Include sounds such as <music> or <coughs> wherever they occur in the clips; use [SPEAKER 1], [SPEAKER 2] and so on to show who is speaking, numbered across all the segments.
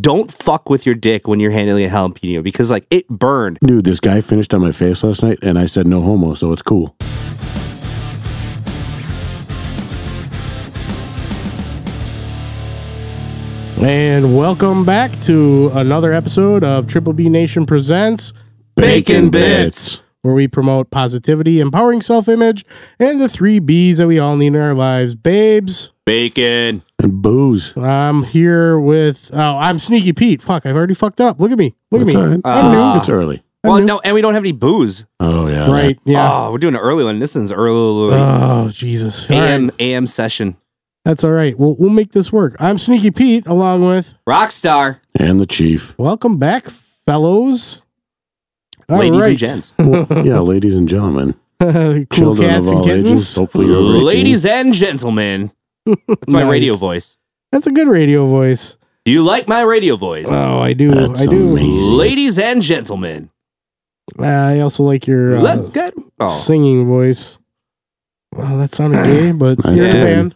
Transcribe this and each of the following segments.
[SPEAKER 1] don't fuck with your dick when you're handling a jalapeno because like it burned.
[SPEAKER 2] Dude, this guy finished on my face last night, and I said no homo, so it's cool.
[SPEAKER 3] And welcome back to another episode of Triple B Nation Presents,
[SPEAKER 1] Bacon bits.
[SPEAKER 3] where we promote positivity, empowering self image, and the three B's that we all need in our lives. Babes,
[SPEAKER 1] Bacon.
[SPEAKER 2] and booze.
[SPEAKER 3] I'm here with, oh, I'm Sneaky Pete. Fuck, I've already fucked up. Look at me. Look
[SPEAKER 2] It's
[SPEAKER 3] at
[SPEAKER 2] all
[SPEAKER 3] me.
[SPEAKER 2] right.
[SPEAKER 3] I'm new.
[SPEAKER 2] it's early.
[SPEAKER 1] Well, no, and we don't have any booze.
[SPEAKER 2] Oh yeah,
[SPEAKER 3] Right, Mm-hmm. yeah.
[SPEAKER 1] Oh, we're doing an early one. This is an early
[SPEAKER 3] Oh, Jesus. All right.
[SPEAKER 1] AM AM session.
[SPEAKER 3] That's all right. We'll, we'll make this work. I'm Sneaky Pete, along with
[SPEAKER 1] Rockstar,
[SPEAKER 2] that- And the
[SPEAKER 3] <laughs>
[SPEAKER 2] chief.
[SPEAKER 3] Welcome back, fellows. All
[SPEAKER 1] ladies
[SPEAKER 3] right.
[SPEAKER 1] and gents.
[SPEAKER 2] yeah, ladies and gentlemen,
[SPEAKER 3] <laughs> cool
[SPEAKER 2] children
[SPEAKER 3] cats
[SPEAKER 2] of
[SPEAKER 3] and
[SPEAKER 2] all ages.
[SPEAKER 3] kittens.
[SPEAKER 2] Hopefully, you're over 18.
[SPEAKER 1] ladies and gentlemen. That's my
[SPEAKER 3] <laughs> Nice.
[SPEAKER 1] radio voice.
[SPEAKER 3] That's a good radio voice.
[SPEAKER 1] Do you like my radio voice?
[SPEAKER 3] Oh, I do.
[SPEAKER 2] That's
[SPEAKER 3] I do.
[SPEAKER 2] amazing.
[SPEAKER 1] ladies and gentlemen.
[SPEAKER 3] Uh, I also like your uh,
[SPEAKER 1] Let's get oh,
[SPEAKER 3] singing voice. Well, that sounded
[SPEAKER 2] <clears throat>
[SPEAKER 3] gay, but
[SPEAKER 2] I
[SPEAKER 3] you're a
[SPEAKER 1] did.
[SPEAKER 3] man.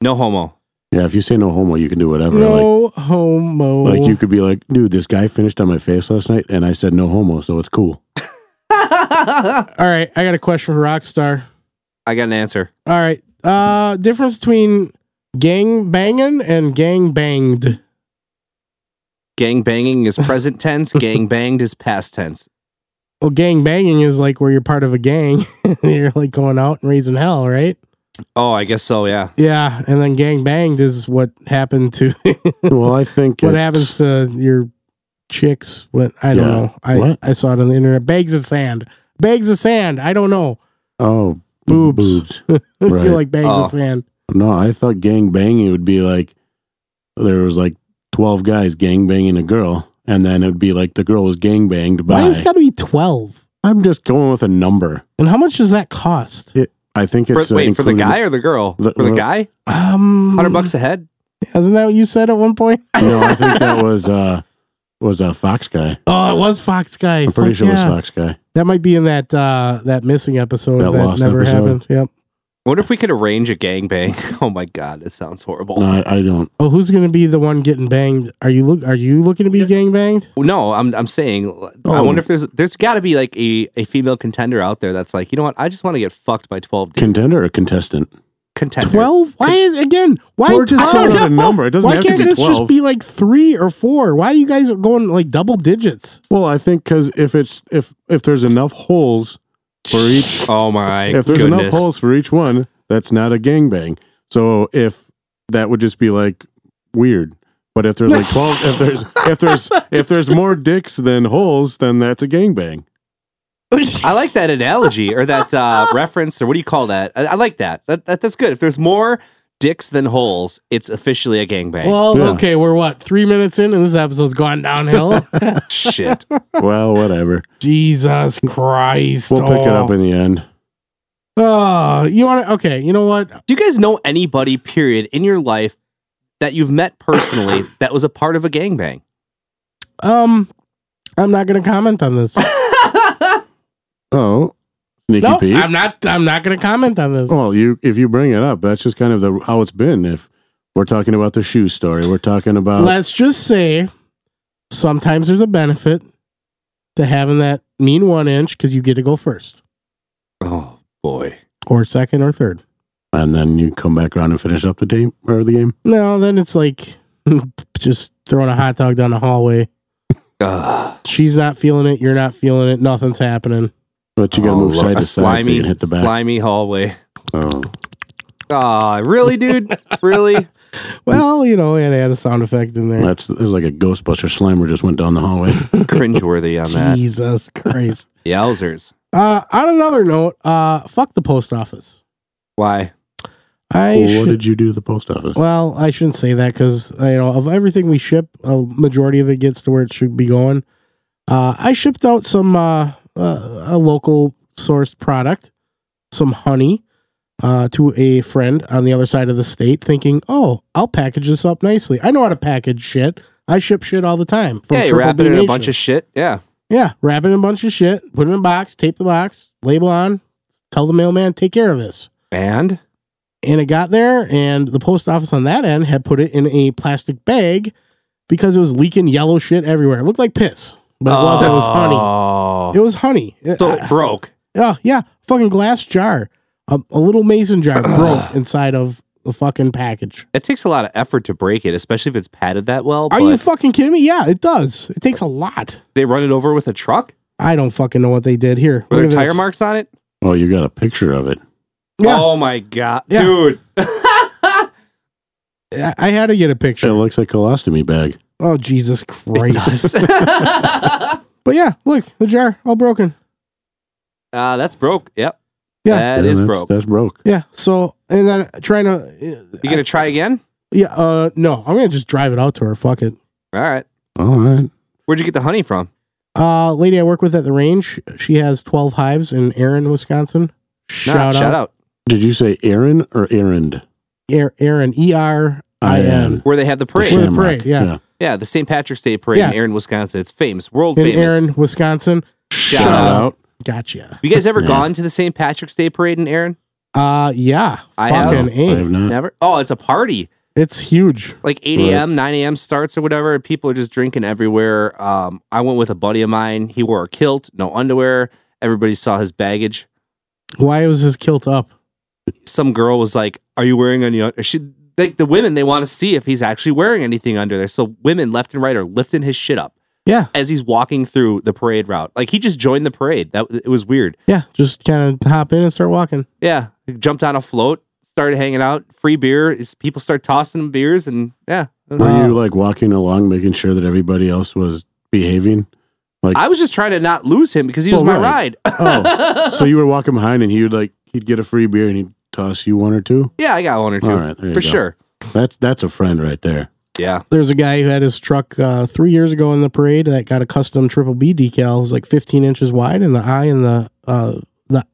[SPEAKER 1] no homo. <laughs>
[SPEAKER 2] Yeah, if you say no homo, you can do whatever. Like,
[SPEAKER 3] No homo.
[SPEAKER 2] like you could be like, dude, this guy finished on my face last night, and I said no homo, so it's
[SPEAKER 3] <laughs>
[SPEAKER 2] cool.
[SPEAKER 3] All right, I got a question for Rockstar.
[SPEAKER 1] I got an answer.
[SPEAKER 3] All right, uh, difference between gang banging and gang banged.
[SPEAKER 1] Gang banging is present
[SPEAKER 3] <laughs>
[SPEAKER 1] tense. Gang banged is past tense.
[SPEAKER 3] Well, gang banging is like where you're part of a gang. <laughs> you're like going out and raising hell, right?
[SPEAKER 1] Oh, I guess so. Yeah.
[SPEAKER 3] Yeah, and then gang banged is what happened to <laughs>
[SPEAKER 2] well, I think
[SPEAKER 3] what
[SPEAKER 2] it's-
[SPEAKER 3] happens to your chicks what i don't
[SPEAKER 2] Yeah.
[SPEAKER 3] know i
[SPEAKER 2] What?
[SPEAKER 3] i saw it on the internet bags of sand bags of sand i don't know <laughs>
[SPEAKER 2] Oh,
[SPEAKER 3] Boobs.
[SPEAKER 2] boobs.
[SPEAKER 3] I
[SPEAKER 2] Right.
[SPEAKER 3] feel like bags
[SPEAKER 1] Oh.
[SPEAKER 3] of sand
[SPEAKER 2] No, I thought gang banging would be like there was like twelve guys gang banging a girl, and then it'd be like the girl was gang banged
[SPEAKER 3] why
[SPEAKER 2] by.
[SPEAKER 3] it's got to be 12
[SPEAKER 2] I'm just going with a number.
[SPEAKER 3] and how much does that cost
[SPEAKER 2] I think
[SPEAKER 1] For-
[SPEAKER 2] it's uh,
[SPEAKER 1] wait, for the
[SPEAKER 2] included-
[SPEAKER 1] guy or the girl?
[SPEAKER 2] The-
[SPEAKER 1] for the
[SPEAKER 2] the-
[SPEAKER 1] guy?
[SPEAKER 3] um
[SPEAKER 1] 100 bucks a head?
[SPEAKER 3] isn't that what you said at one point
[SPEAKER 2] <laughs> No,
[SPEAKER 1] <laughs>
[SPEAKER 2] I think that was uh was a fox guy.
[SPEAKER 3] oh it was fox guy
[SPEAKER 2] I'm pretty
[SPEAKER 3] Fuck
[SPEAKER 2] sure
[SPEAKER 3] yeah.
[SPEAKER 2] it was fox guy.
[SPEAKER 3] that might be in that uh that missing episode that,
[SPEAKER 2] That lost
[SPEAKER 3] never
[SPEAKER 2] episode.
[SPEAKER 3] happened yep
[SPEAKER 1] I wonder if we could arrange a gangbang. <laughs> Oh my God, that sounds horrible.
[SPEAKER 2] No, I, I don't.
[SPEAKER 3] oh who's gonna be the one getting banged are you look are you looking to be gang banged
[SPEAKER 1] No, I'm, I'm saying, I
[SPEAKER 2] Oh.
[SPEAKER 1] wonder if there's there's got to be like a, a female contender out there that's like, you know what? I just want to get fucked by 12 dudes.
[SPEAKER 2] Contender or contestant?
[SPEAKER 1] contender.
[SPEAKER 3] 12 why is again why
[SPEAKER 2] We're just
[SPEAKER 3] 12?
[SPEAKER 2] throwing out a number. It doesn't
[SPEAKER 3] Why
[SPEAKER 2] have
[SPEAKER 3] can't
[SPEAKER 2] to be
[SPEAKER 3] this just
[SPEAKER 2] twelve.
[SPEAKER 3] be like three or four? Why are you guys going like
[SPEAKER 2] <laughs>
[SPEAKER 3] double digits?
[SPEAKER 2] well, I think because if it's if if there's enough holes for each
[SPEAKER 1] Oh my
[SPEAKER 2] if there's
[SPEAKER 1] goodness.
[SPEAKER 2] enough holes for each one, that's not a gangbang. So if that would just be like weird. But if there's like twelve, if there's if there's if there's more dicks than holes, then that's a
[SPEAKER 3] <laughs>
[SPEAKER 2] gangbang.
[SPEAKER 1] I like that analogy or that
[SPEAKER 2] <laughs>
[SPEAKER 1] uh, reference or what do you call that? I, I like that. That, that. That's good. If there's more dicks than holes, it's officially a gangbang.
[SPEAKER 3] Well,
[SPEAKER 2] Yeah.
[SPEAKER 3] okay, we're what three minutes in, and this episode's gone downhill.
[SPEAKER 2] <laughs>
[SPEAKER 1] Shit.
[SPEAKER 2] Well, whatever.
[SPEAKER 3] Jesus Christ!
[SPEAKER 2] We'll pick it
[SPEAKER 3] oh.
[SPEAKER 2] up in the end.
[SPEAKER 3] Oh, you want to? Okay, you know what?
[SPEAKER 1] Do you guys know anybody, period, in your life that you've met
[SPEAKER 3] <coughs>
[SPEAKER 1] personally that was a part of a
[SPEAKER 3] <laughs>
[SPEAKER 1] gangbang?
[SPEAKER 3] Um, I'm not gonna comment on
[SPEAKER 2] <laughs>
[SPEAKER 3] this.
[SPEAKER 2] Oh, sneaky
[SPEAKER 3] no,
[SPEAKER 2] Pete.
[SPEAKER 3] I'm not. I'm not gonna comment on this.
[SPEAKER 2] Well, you if you bring it up, that's just kind of the how it's been. If we're talking about the shoe story, we're talking about
[SPEAKER 3] Let's just say, sometimes there's a benefit to having that mean one inch because you get to go first,
[SPEAKER 1] Oh, boy.
[SPEAKER 3] or second, or third.
[SPEAKER 2] and then you come back around and finish up the game or the game.
[SPEAKER 3] No, then it's like <laughs> just throwing a hot dog down the hallway.
[SPEAKER 1] Ugh.
[SPEAKER 3] She's not feeling it. You're not feeling it. Nothing's happening.
[SPEAKER 2] But you got to
[SPEAKER 1] Oh,
[SPEAKER 2] move
[SPEAKER 1] Lord.
[SPEAKER 2] side
[SPEAKER 1] A
[SPEAKER 2] to side so you can hit the back.
[SPEAKER 1] Slimy hallway.
[SPEAKER 2] Oh.
[SPEAKER 1] Ah, really, dude? <laughs> really?
[SPEAKER 3] Well, you know, it had a sound effect in there.
[SPEAKER 2] That's there's like a Ghostbuster Slimer just went down the
[SPEAKER 3] <laughs>
[SPEAKER 2] hallway.
[SPEAKER 1] Cringeworthy on that.
[SPEAKER 3] Jesus Christ. <laughs>
[SPEAKER 1] Yowzers.
[SPEAKER 3] Uh, on another note, uh, fuck the post office.
[SPEAKER 1] Why?
[SPEAKER 3] I
[SPEAKER 2] well,
[SPEAKER 3] should-
[SPEAKER 2] what did you do to the post office?
[SPEAKER 3] well, I shouldn't say that because you know of everything we ship, a majority of it gets to where it should be going. Uh, I shipped out some uh, uh, a local sourced product, some honey, uh, to a friend on the other side of the state, thinking, "Oh, I'll package this up nicely. I know how to package shit. I ship shit all the time." From
[SPEAKER 1] Yeah, you
[SPEAKER 3] Triple
[SPEAKER 1] wrap
[SPEAKER 3] B
[SPEAKER 1] it in a
[SPEAKER 3] Nation."
[SPEAKER 1] bunch of shit. Yeah.
[SPEAKER 3] yeah, wrap it in a bunch of shit, put it in a box, tape the box, label on, tell the mailman, "Take care of this."
[SPEAKER 1] And?
[SPEAKER 3] and it got there and the post office on that end had put it in a plastic bag because it was leaking yellow shit everywhere. It looked like piss, but it wasn't. It was honey. It was honey. It-
[SPEAKER 1] Oh. So it broke.
[SPEAKER 3] Oh yeah, fucking glass jar, a, a little mason
[SPEAKER 1] <clears throat>
[SPEAKER 3] jar broke inside of the fucking package.
[SPEAKER 1] It takes a lot of effort to break it, especially if it's padded that well.
[SPEAKER 3] Are
[SPEAKER 1] but
[SPEAKER 3] you fucking kidding me? Yeah, it does. It takes a lot.
[SPEAKER 1] they run it over with a truck?
[SPEAKER 3] I don't fucking know what they did here.
[SPEAKER 1] Were there
[SPEAKER 3] Look at
[SPEAKER 1] tire
[SPEAKER 3] this.
[SPEAKER 1] marks on it?
[SPEAKER 2] Oh, you got a picture of it.
[SPEAKER 3] Yeah.
[SPEAKER 1] Oh my god,
[SPEAKER 3] Yeah.
[SPEAKER 1] dude!
[SPEAKER 3] I, I had to get a
[SPEAKER 2] It
[SPEAKER 3] picture.
[SPEAKER 2] looks like a colostomy bag.
[SPEAKER 1] <laughs>
[SPEAKER 3] Oh Jesus Christ!
[SPEAKER 1] ah,
[SPEAKER 3] But yeah, look the jar all broken.
[SPEAKER 1] Uh, that's broke. Yep.
[SPEAKER 3] Yeah.
[SPEAKER 1] that
[SPEAKER 2] Yeah,
[SPEAKER 1] is
[SPEAKER 2] that's-
[SPEAKER 1] broke.
[SPEAKER 2] That's broke.
[SPEAKER 3] Yeah. So and then trying to uh,
[SPEAKER 1] You gonna try again?
[SPEAKER 3] yeah uh no I'm gonna just drive it out to her. Fuck it.
[SPEAKER 1] All right.
[SPEAKER 2] All right.
[SPEAKER 1] Where'd you get the honey from?
[SPEAKER 3] Uh, lady I work with at the range, she has 12 hives in Erin, Wisconsin. Shout
[SPEAKER 1] Nah,
[SPEAKER 3] out.
[SPEAKER 1] Shout out.
[SPEAKER 2] Did you say Aaron or errand?
[SPEAKER 3] Er- Erin, E R I N.
[SPEAKER 1] Where they have the parade.
[SPEAKER 3] Sure.
[SPEAKER 2] Shamrock.
[SPEAKER 3] parade, yeah.
[SPEAKER 1] Yeah, the St. Patrick's Day parade
[SPEAKER 3] Yeah.
[SPEAKER 1] in Erin, Wisconsin. It's famous, world
[SPEAKER 3] In
[SPEAKER 1] famous.
[SPEAKER 3] Erin, Wisconsin.
[SPEAKER 1] Shout,
[SPEAKER 2] Shout
[SPEAKER 1] out.
[SPEAKER 2] out.
[SPEAKER 3] Gotcha.
[SPEAKER 1] You guys ever
[SPEAKER 2] Yeah.
[SPEAKER 1] gone to the St. Patrick's Day parade in Erin?
[SPEAKER 3] Uh, yeah.
[SPEAKER 1] I have.
[SPEAKER 3] Fucking
[SPEAKER 2] I
[SPEAKER 3] A.
[SPEAKER 2] have not.
[SPEAKER 1] Never. Oh, it's a party.
[SPEAKER 3] It's huge.
[SPEAKER 1] Like 8
[SPEAKER 2] Right.
[SPEAKER 1] a.m., 9 a.m. starts or whatever. and People are just drinking everywhere. Um, I went with a buddy of mine. He wore a kilt, no underwear. Everybody saw his baggage.
[SPEAKER 3] Why was his kilt up?
[SPEAKER 1] Some girl was like, "Are you wearing any?" Under-? She like the women. They want to see if he's actually wearing anything under there. So women left and right are lifting his shit up.
[SPEAKER 3] Yeah.
[SPEAKER 1] as he's walking through the parade route. Like he just joined the parade. That it was weird.
[SPEAKER 3] Yeah. Just kind of hop in and start walking.
[SPEAKER 1] Yeah, he jumped on a float, started hanging out, free beer. It's- People start tossing him beers, and yeah,
[SPEAKER 2] Were you like walking along, making sure that everybody else was behaving?
[SPEAKER 1] I was just trying to not lose him because he was
[SPEAKER 2] Well,
[SPEAKER 1] my
[SPEAKER 2] right.
[SPEAKER 1] ride. <laughs>
[SPEAKER 2] Oh, so you were walking behind, and he would like he'd get a free beer, and he'd toss you one or two.
[SPEAKER 1] yeah, I got one or two
[SPEAKER 2] All right, there you
[SPEAKER 1] for
[SPEAKER 2] go.
[SPEAKER 1] sure.
[SPEAKER 2] That's that's a friend right there.
[SPEAKER 1] Yeah,
[SPEAKER 3] There's a guy who had his truck uh, three years ago in the parade that got a custom triple B decal. It was like 15 inches wide, and the eye and the uh, the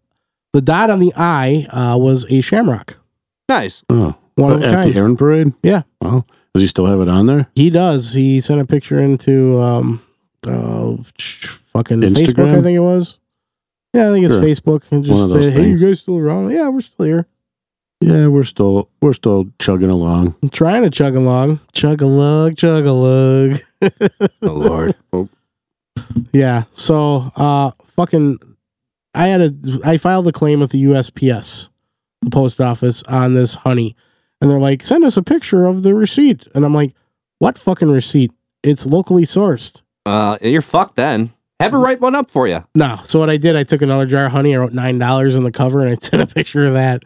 [SPEAKER 3] the dot on the eye uh, was a shamrock.
[SPEAKER 1] nice.
[SPEAKER 2] Oh,
[SPEAKER 3] One of a
[SPEAKER 2] at
[SPEAKER 3] kind.
[SPEAKER 2] the Aaron Parade.
[SPEAKER 3] Yeah.
[SPEAKER 2] Well, does he still have it on there?
[SPEAKER 3] He does. He sent a picture into um uh sh- fucking Facebook,
[SPEAKER 2] Instagram?
[SPEAKER 3] I think it was. Yeah, I think it's
[SPEAKER 2] Sure.
[SPEAKER 3] Facebook and
[SPEAKER 2] One
[SPEAKER 3] just
[SPEAKER 2] of those
[SPEAKER 3] said, Hey, you
[SPEAKER 2] things.
[SPEAKER 3] guys still around? Yeah, we're still here.
[SPEAKER 2] Yeah, we're still we're still chugging along.
[SPEAKER 3] I'm trying to chug along. Chug a lug, chug a lug. <laughs>
[SPEAKER 1] Oh Lord,
[SPEAKER 3] Yeah. So uh fucking I had a I filed a claim with the USPS, the post office, on this honey. And they're like, send us a picture of the receipt. And I'm like, what fucking receipt? It's locally sourced.
[SPEAKER 1] uh, you're fucked. Then have her write one up for you.
[SPEAKER 3] No. So what I did, I took another jar of honey. I wrote nine dollars on the cover, and I <laughs> sent a picture of that.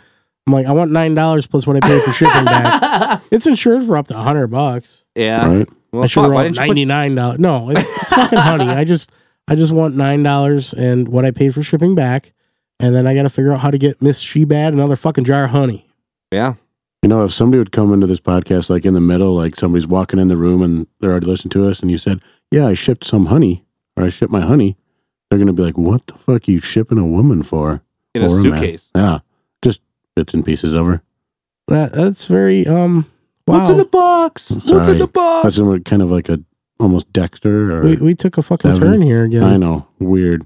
[SPEAKER 3] I'm like, I want nine dollars plus what I paid for
[SPEAKER 1] <laughs>
[SPEAKER 3] shipping back. It's insured for up to hundred bucks.
[SPEAKER 1] yeah.
[SPEAKER 2] Right?
[SPEAKER 1] Well,
[SPEAKER 3] I should
[SPEAKER 1] fuck,
[SPEAKER 3] have
[SPEAKER 1] why
[SPEAKER 3] wrote
[SPEAKER 1] didn't you put-
[SPEAKER 3] ninety nine dollars. No, it's, it's fucking honey. I just, I just want nine dollars and what I paid for shipping back, and then I got to figure out how to get Miss Shebad another fucking jar of honey.
[SPEAKER 1] yeah.
[SPEAKER 2] You know, if somebody would come into this podcast like in the middle, like somebody's walking in the room and they're already listening to us, and you said, "Yeah, I shipped some honey, or I shipped my honey," they're gonna be like, "What the fuck are you shipping a woman for?"
[SPEAKER 1] In a
[SPEAKER 2] Or man.
[SPEAKER 1] suitcase.
[SPEAKER 2] Yeah, just bits and pieces of her.
[SPEAKER 3] That that's very um. Wow.
[SPEAKER 1] What's in the box? What's in
[SPEAKER 2] Sorry.
[SPEAKER 1] the box?
[SPEAKER 3] Oh,
[SPEAKER 2] That's in like- kind of like a almost Dexter. Or
[SPEAKER 3] we, we took a fucking
[SPEAKER 2] Seven.
[SPEAKER 3] turn here again.
[SPEAKER 2] I know, weird.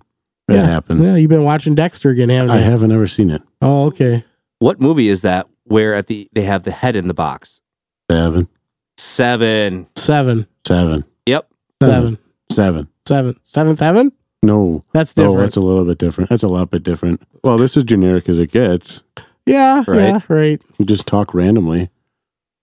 [SPEAKER 2] It
[SPEAKER 3] Yeah.
[SPEAKER 2] happens.
[SPEAKER 3] Yeah, you've been watching Dexter again, haven't you?
[SPEAKER 2] I haven't ever seen it.
[SPEAKER 3] Oh, okay.
[SPEAKER 1] What movie is that? Where at the they have the head in the box?
[SPEAKER 2] Seven,
[SPEAKER 1] Seven.
[SPEAKER 3] Seven.
[SPEAKER 2] seven,
[SPEAKER 1] Yep.
[SPEAKER 3] Seven.
[SPEAKER 2] seven.
[SPEAKER 3] Seven. Seventh heaven?
[SPEAKER 2] No,
[SPEAKER 3] That's
[SPEAKER 2] no,
[SPEAKER 3] different.
[SPEAKER 2] that's a little bit different. That's a lot bit different. Well, this is generic as it gets.
[SPEAKER 3] Yeah,
[SPEAKER 1] Right.
[SPEAKER 3] yeah, right.
[SPEAKER 2] You just talk randomly.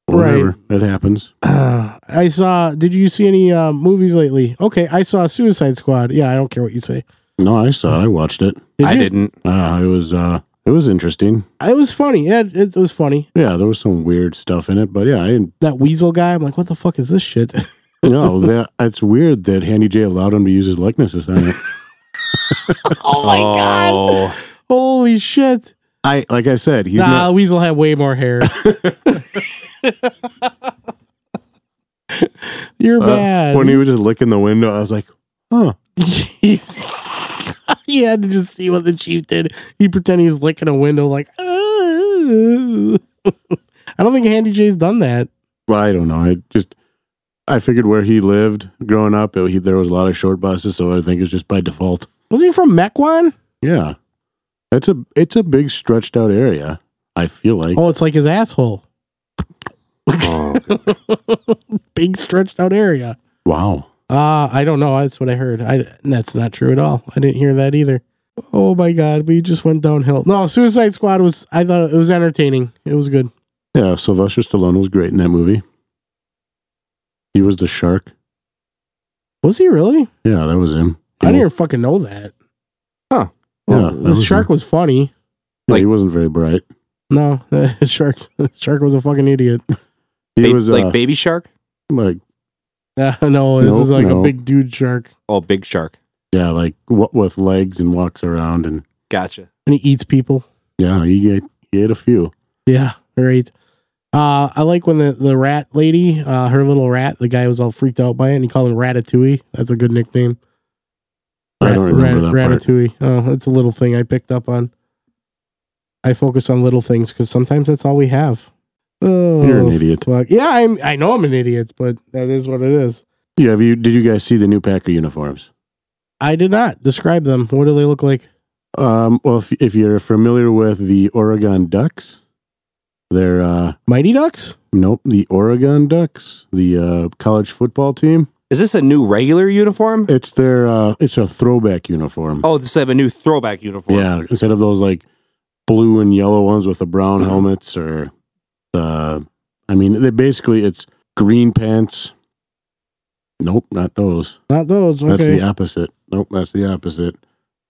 [SPEAKER 3] Right.
[SPEAKER 2] Whatever. It happens.
[SPEAKER 3] Uh, I saw. Did you see any uh, movies lately? Okay, I saw Suicide Squad. Yeah, I don't care what you say.
[SPEAKER 2] No, I saw. it. I watched it.
[SPEAKER 3] Did
[SPEAKER 1] I
[SPEAKER 3] you?
[SPEAKER 1] didn't.
[SPEAKER 2] Uh, it was. Uh, it was interesting.
[SPEAKER 3] It was funny. Yeah, it, it was funny.
[SPEAKER 2] Yeah, there was some weird stuff in it, but yeah, I, you
[SPEAKER 3] That weasel guy. I'm like, what the fuck is this shit? <laughs>
[SPEAKER 2] know, <laughs> that it's weird that Handy J allowed him to use his likenesses on it.
[SPEAKER 1] Oh my god. <laughs>
[SPEAKER 3] Holy shit!
[SPEAKER 2] I like I said, he's
[SPEAKER 3] nah,
[SPEAKER 2] not.
[SPEAKER 3] weasel had way
[SPEAKER 2] <laughs>
[SPEAKER 3] more hair. You're
[SPEAKER 2] uh,
[SPEAKER 3] bad.
[SPEAKER 2] when he was just licking the window, I was like, huh.
[SPEAKER 3] <laughs> he had to just see what the chief did. He pretended he was licking a window, like. "Ah." I don't think Handy J's done that.
[SPEAKER 2] Well, I don't know. I just I figured where he lived growing up, it, he, there was a lot of short buses, so I think it's just by default.
[SPEAKER 3] Was he from Mequon?
[SPEAKER 2] Yeah, it's <laughs> a it's a big stretched out area. I feel like
[SPEAKER 3] Oh, it's like his asshole.
[SPEAKER 2] Oh,
[SPEAKER 3] Big stretched out area.
[SPEAKER 2] wow.
[SPEAKER 3] Uh, I don't know. That's what I heard. I, that's not true at all. I didn't hear that either. Oh my God. We just went downhill. No, Suicide Squad was, I thought it was entertaining. It was good.
[SPEAKER 2] Yeah, Sylvester Stallone was great in that movie. He was the shark.
[SPEAKER 3] Was he really?
[SPEAKER 2] Yeah, that was him.
[SPEAKER 3] I didn't even fucking know that.
[SPEAKER 1] Huh.
[SPEAKER 3] Well,
[SPEAKER 2] Oh. Yeah, that
[SPEAKER 3] the
[SPEAKER 2] was
[SPEAKER 3] shark was funny.
[SPEAKER 2] Yeah, he
[SPEAKER 1] like-
[SPEAKER 2] wasn't very bright.
[SPEAKER 3] No, <laughs> the shark, the shark was a fucking idiot. <laughs>
[SPEAKER 2] He
[SPEAKER 1] Ba-
[SPEAKER 2] was
[SPEAKER 1] like
[SPEAKER 2] like,
[SPEAKER 1] Baby Shark?
[SPEAKER 2] like
[SPEAKER 3] Uh, no, this
[SPEAKER 2] Nope,
[SPEAKER 3] is like a
[SPEAKER 2] no.
[SPEAKER 3] big dude shark,
[SPEAKER 1] Oh, Big Shark.
[SPEAKER 2] yeah, like what with legs and walks around and
[SPEAKER 1] Gotcha.
[SPEAKER 3] and he eats people.
[SPEAKER 2] yeah, he ate, he ate a few.
[SPEAKER 3] Yeah, right. Uh, I like when the, the rat lady, uh, her little rat, the guy was all freaked out by it, and he called him Ratatouille. That's a good nickname.
[SPEAKER 2] I don't remember that part.
[SPEAKER 3] Ratatouille. Oh, that's a little thing I picked up on. I focus on little things because sometimes that's all we have. Oh,
[SPEAKER 2] You're an idiot.
[SPEAKER 3] fuck. Yeah, I'm. I know I'm an idiot, but that is what it is.
[SPEAKER 2] Yeah, have you did you guys see the new Packer uniforms?
[SPEAKER 3] I did not describe them. What do they look like?
[SPEAKER 2] Um, well, if, if you're familiar with the Oregon Ducks, they're uh,
[SPEAKER 3] Mighty Ducks?
[SPEAKER 2] nope, the Oregon Ducks, the uh, college football team.
[SPEAKER 1] Is this a new regular uniform?
[SPEAKER 2] It's their uh, it's a throwback uniform.
[SPEAKER 1] Oh, this is have a new throwback uniform.
[SPEAKER 2] Yeah, instead of those like blue and yellow ones with the brown helmets or the, I mean, they basically it's green pants. Nope, not those.
[SPEAKER 3] Not those. Okay.
[SPEAKER 2] That's the opposite. Nope, that's the opposite.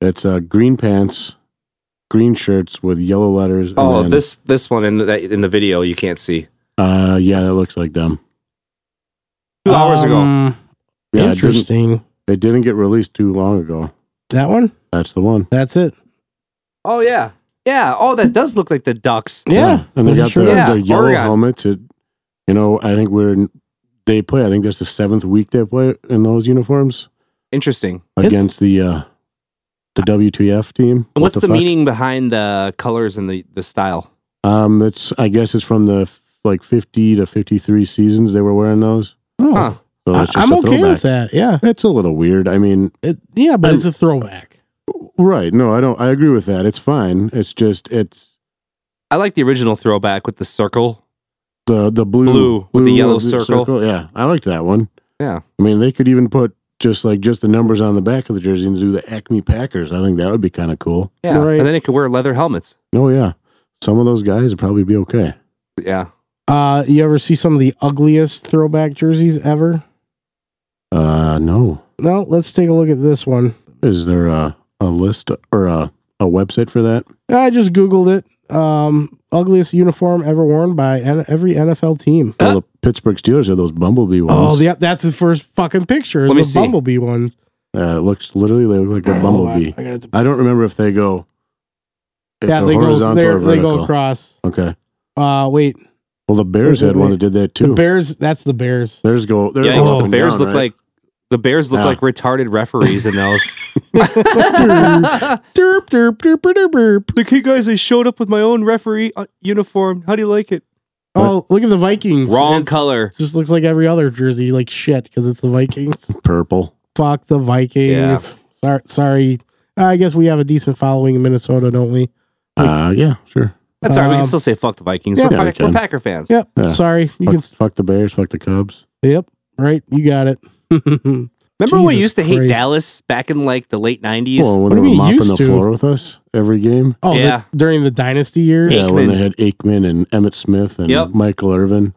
[SPEAKER 2] It's uh, green pants, green shirts with yellow letters. and
[SPEAKER 1] Oh,
[SPEAKER 2] then-
[SPEAKER 1] this this one in the that- in the video you can't see.
[SPEAKER 2] Uh, yeah, that looks like them.
[SPEAKER 1] Two hours ago.
[SPEAKER 3] Um,
[SPEAKER 2] Yeah, it didn't,
[SPEAKER 3] interesting.
[SPEAKER 2] it didn't get released too long ago.
[SPEAKER 3] That one?
[SPEAKER 2] That's the one.
[SPEAKER 3] That's it.
[SPEAKER 1] Oh yeah, yeah. Oh, that does look like the ducks.
[SPEAKER 3] Yeah.
[SPEAKER 2] and they
[SPEAKER 3] that
[SPEAKER 2] got
[SPEAKER 3] sure
[SPEAKER 2] the,
[SPEAKER 1] is.
[SPEAKER 2] the
[SPEAKER 1] Yeah,
[SPEAKER 2] yellow
[SPEAKER 1] Oregon.
[SPEAKER 2] helmets. It, you know, I think we're in, they play. I think that's the seventh week they play in those uniforms
[SPEAKER 1] Interesting.
[SPEAKER 3] It's-
[SPEAKER 2] against the uh, the WTF team. What
[SPEAKER 1] And what's the,
[SPEAKER 2] fuck?
[SPEAKER 1] meaning behind the colors and the the style?
[SPEAKER 2] Um, it's I guess it's from the f- like fifty to fifty three seasons they were wearing those.
[SPEAKER 3] Oh,
[SPEAKER 1] Huh.
[SPEAKER 2] So
[SPEAKER 3] I,
[SPEAKER 2] it's just
[SPEAKER 3] I'm
[SPEAKER 2] a
[SPEAKER 3] okay
[SPEAKER 2] throwback.
[SPEAKER 3] with that. Yeah.
[SPEAKER 2] It's a little weird. I mean,
[SPEAKER 3] It, yeah, but it's a throwback.
[SPEAKER 2] right? No, I don't. I agree with that. It's fine. It's just it's
[SPEAKER 1] I like the original throwback with the circle.
[SPEAKER 2] the the blue
[SPEAKER 1] Blue with the yellow circle.
[SPEAKER 2] Yeah, I liked that one.
[SPEAKER 1] Yeah.
[SPEAKER 2] I mean, they could even put just like just the numbers on the back of the jersey and do the Acme Packers. I think that would be kind of cool.
[SPEAKER 1] Yeah,
[SPEAKER 3] Right.
[SPEAKER 1] and then it could wear leather helmets.
[SPEAKER 2] Oh yeah, some of those guys would probably be okay.
[SPEAKER 1] Yeah,
[SPEAKER 3] Uh, you ever see some of the ugliest throwback jerseys ever?
[SPEAKER 2] Uh, no,
[SPEAKER 3] No, let's take a look at this one.
[SPEAKER 2] is there a a list or a a website for that?
[SPEAKER 3] I just Googled it. Um, ugliest uniform ever worn by N- every NFL team.
[SPEAKER 1] Uh.
[SPEAKER 2] Well, the Pittsburgh Steelers have those bumblebee
[SPEAKER 3] Oh,
[SPEAKER 2] ones.
[SPEAKER 3] yep. That's the first fucking picture.
[SPEAKER 1] Let
[SPEAKER 3] Let
[SPEAKER 1] me
[SPEAKER 3] the
[SPEAKER 1] see.
[SPEAKER 3] bumblebee one.
[SPEAKER 2] uh, it looks literally they look
[SPEAKER 1] Oh,
[SPEAKER 2] like a
[SPEAKER 3] Hold on,
[SPEAKER 2] bumblebee.
[SPEAKER 3] Oh, I gotta-
[SPEAKER 2] I don't remember if they go. If
[SPEAKER 3] yeah,
[SPEAKER 2] they're
[SPEAKER 3] they go,
[SPEAKER 2] horizontal
[SPEAKER 3] they're-
[SPEAKER 2] or
[SPEAKER 3] they go
[SPEAKER 2] vertical.
[SPEAKER 3] across.
[SPEAKER 2] okay.
[SPEAKER 3] Uh, wait,
[SPEAKER 2] Well, the Bears
[SPEAKER 3] Wait, wait,
[SPEAKER 2] had one
[SPEAKER 3] wait.
[SPEAKER 2] that did that
[SPEAKER 3] the
[SPEAKER 2] too.
[SPEAKER 3] Bears. That's the Bears.
[SPEAKER 2] Bears go. They're
[SPEAKER 1] yeah.
[SPEAKER 2] up
[SPEAKER 1] the
[SPEAKER 2] and
[SPEAKER 1] Bears
[SPEAKER 2] down,
[SPEAKER 1] look
[SPEAKER 2] right?
[SPEAKER 1] like the Bears look
[SPEAKER 2] Yeah.
[SPEAKER 1] like retarded referees in those.
[SPEAKER 3] Derp, derp, derp, derp,
[SPEAKER 1] <laughs>
[SPEAKER 3] derp.
[SPEAKER 1] like, hey guys, I showed up with my own referee uh, uniform. How do you like it?
[SPEAKER 3] Oh, look at the Vikings.
[SPEAKER 1] Wrong
[SPEAKER 3] It's-
[SPEAKER 1] color.
[SPEAKER 3] Just looks like every other jersey, like shit, because it's the Vikings.
[SPEAKER 2] purple.
[SPEAKER 3] Fuck the Vikings.
[SPEAKER 1] Yeah.
[SPEAKER 3] Sorry, sorry. I guess we have a decent following in Minnesota, don't we?
[SPEAKER 2] Uh, yeah, sure.
[SPEAKER 1] That's all right. We
[SPEAKER 3] Um,
[SPEAKER 1] can still say fuck the Vikings.
[SPEAKER 3] yeah,
[SPEAKER 1] we're,
[SPEAKER 2] yeah, we
[SPEAKER 1] Packer, we're
[SPEAKER 2] can.
[SPEAKER 1] Packer fans.
[SPEAKER 3] Yep.
[SPEAKER 2] Yeah.
[SPEAKER 3] Sorry, you
[SPEAKER 2] Fuck,
[SPEAKER 3] can.
[SPEAKER 2] fuck the Bears. Fuck the Cubs.
[SPEAKER 3] Yep. Right. You
[SPEAKER 1] <laughs>
[SPEAKER 3] got it. what
[SPEAKER 1] Remember when we
[SPEAKER 3] Jesus
[SPEAKER 1] used to hate
[SPEAKER 3] Christ.
[SPEAKER 1] Dallas back in like the late nineties?
[SPEAKER 2] Well, when
[SPEAKER 3] What
[SPEAKER 2] they
[SPEAKER 3] do
[SPEAKER 2] were
[SPEAKER 3] you mean
[SPEAKER 2] mopping
[SPEAKER 3] used
[SPEAKER 2] the
[SPEAKER 3] to?
[SPEAKER 2] floor with us every game.
[SPEAKER 3] Oh, the-
[SPEAKER 1] Yeah.
[SPEAKER 3] during the dynasty years.
[SPEAKER 2] Yeah, when
[SPEAKER 1] Aikman.
[SPEAKER 2] they had Aikman and Emmett Smith and
[SPEAKER 1] Yep.
[SPEAKER 2] Michael Irvin.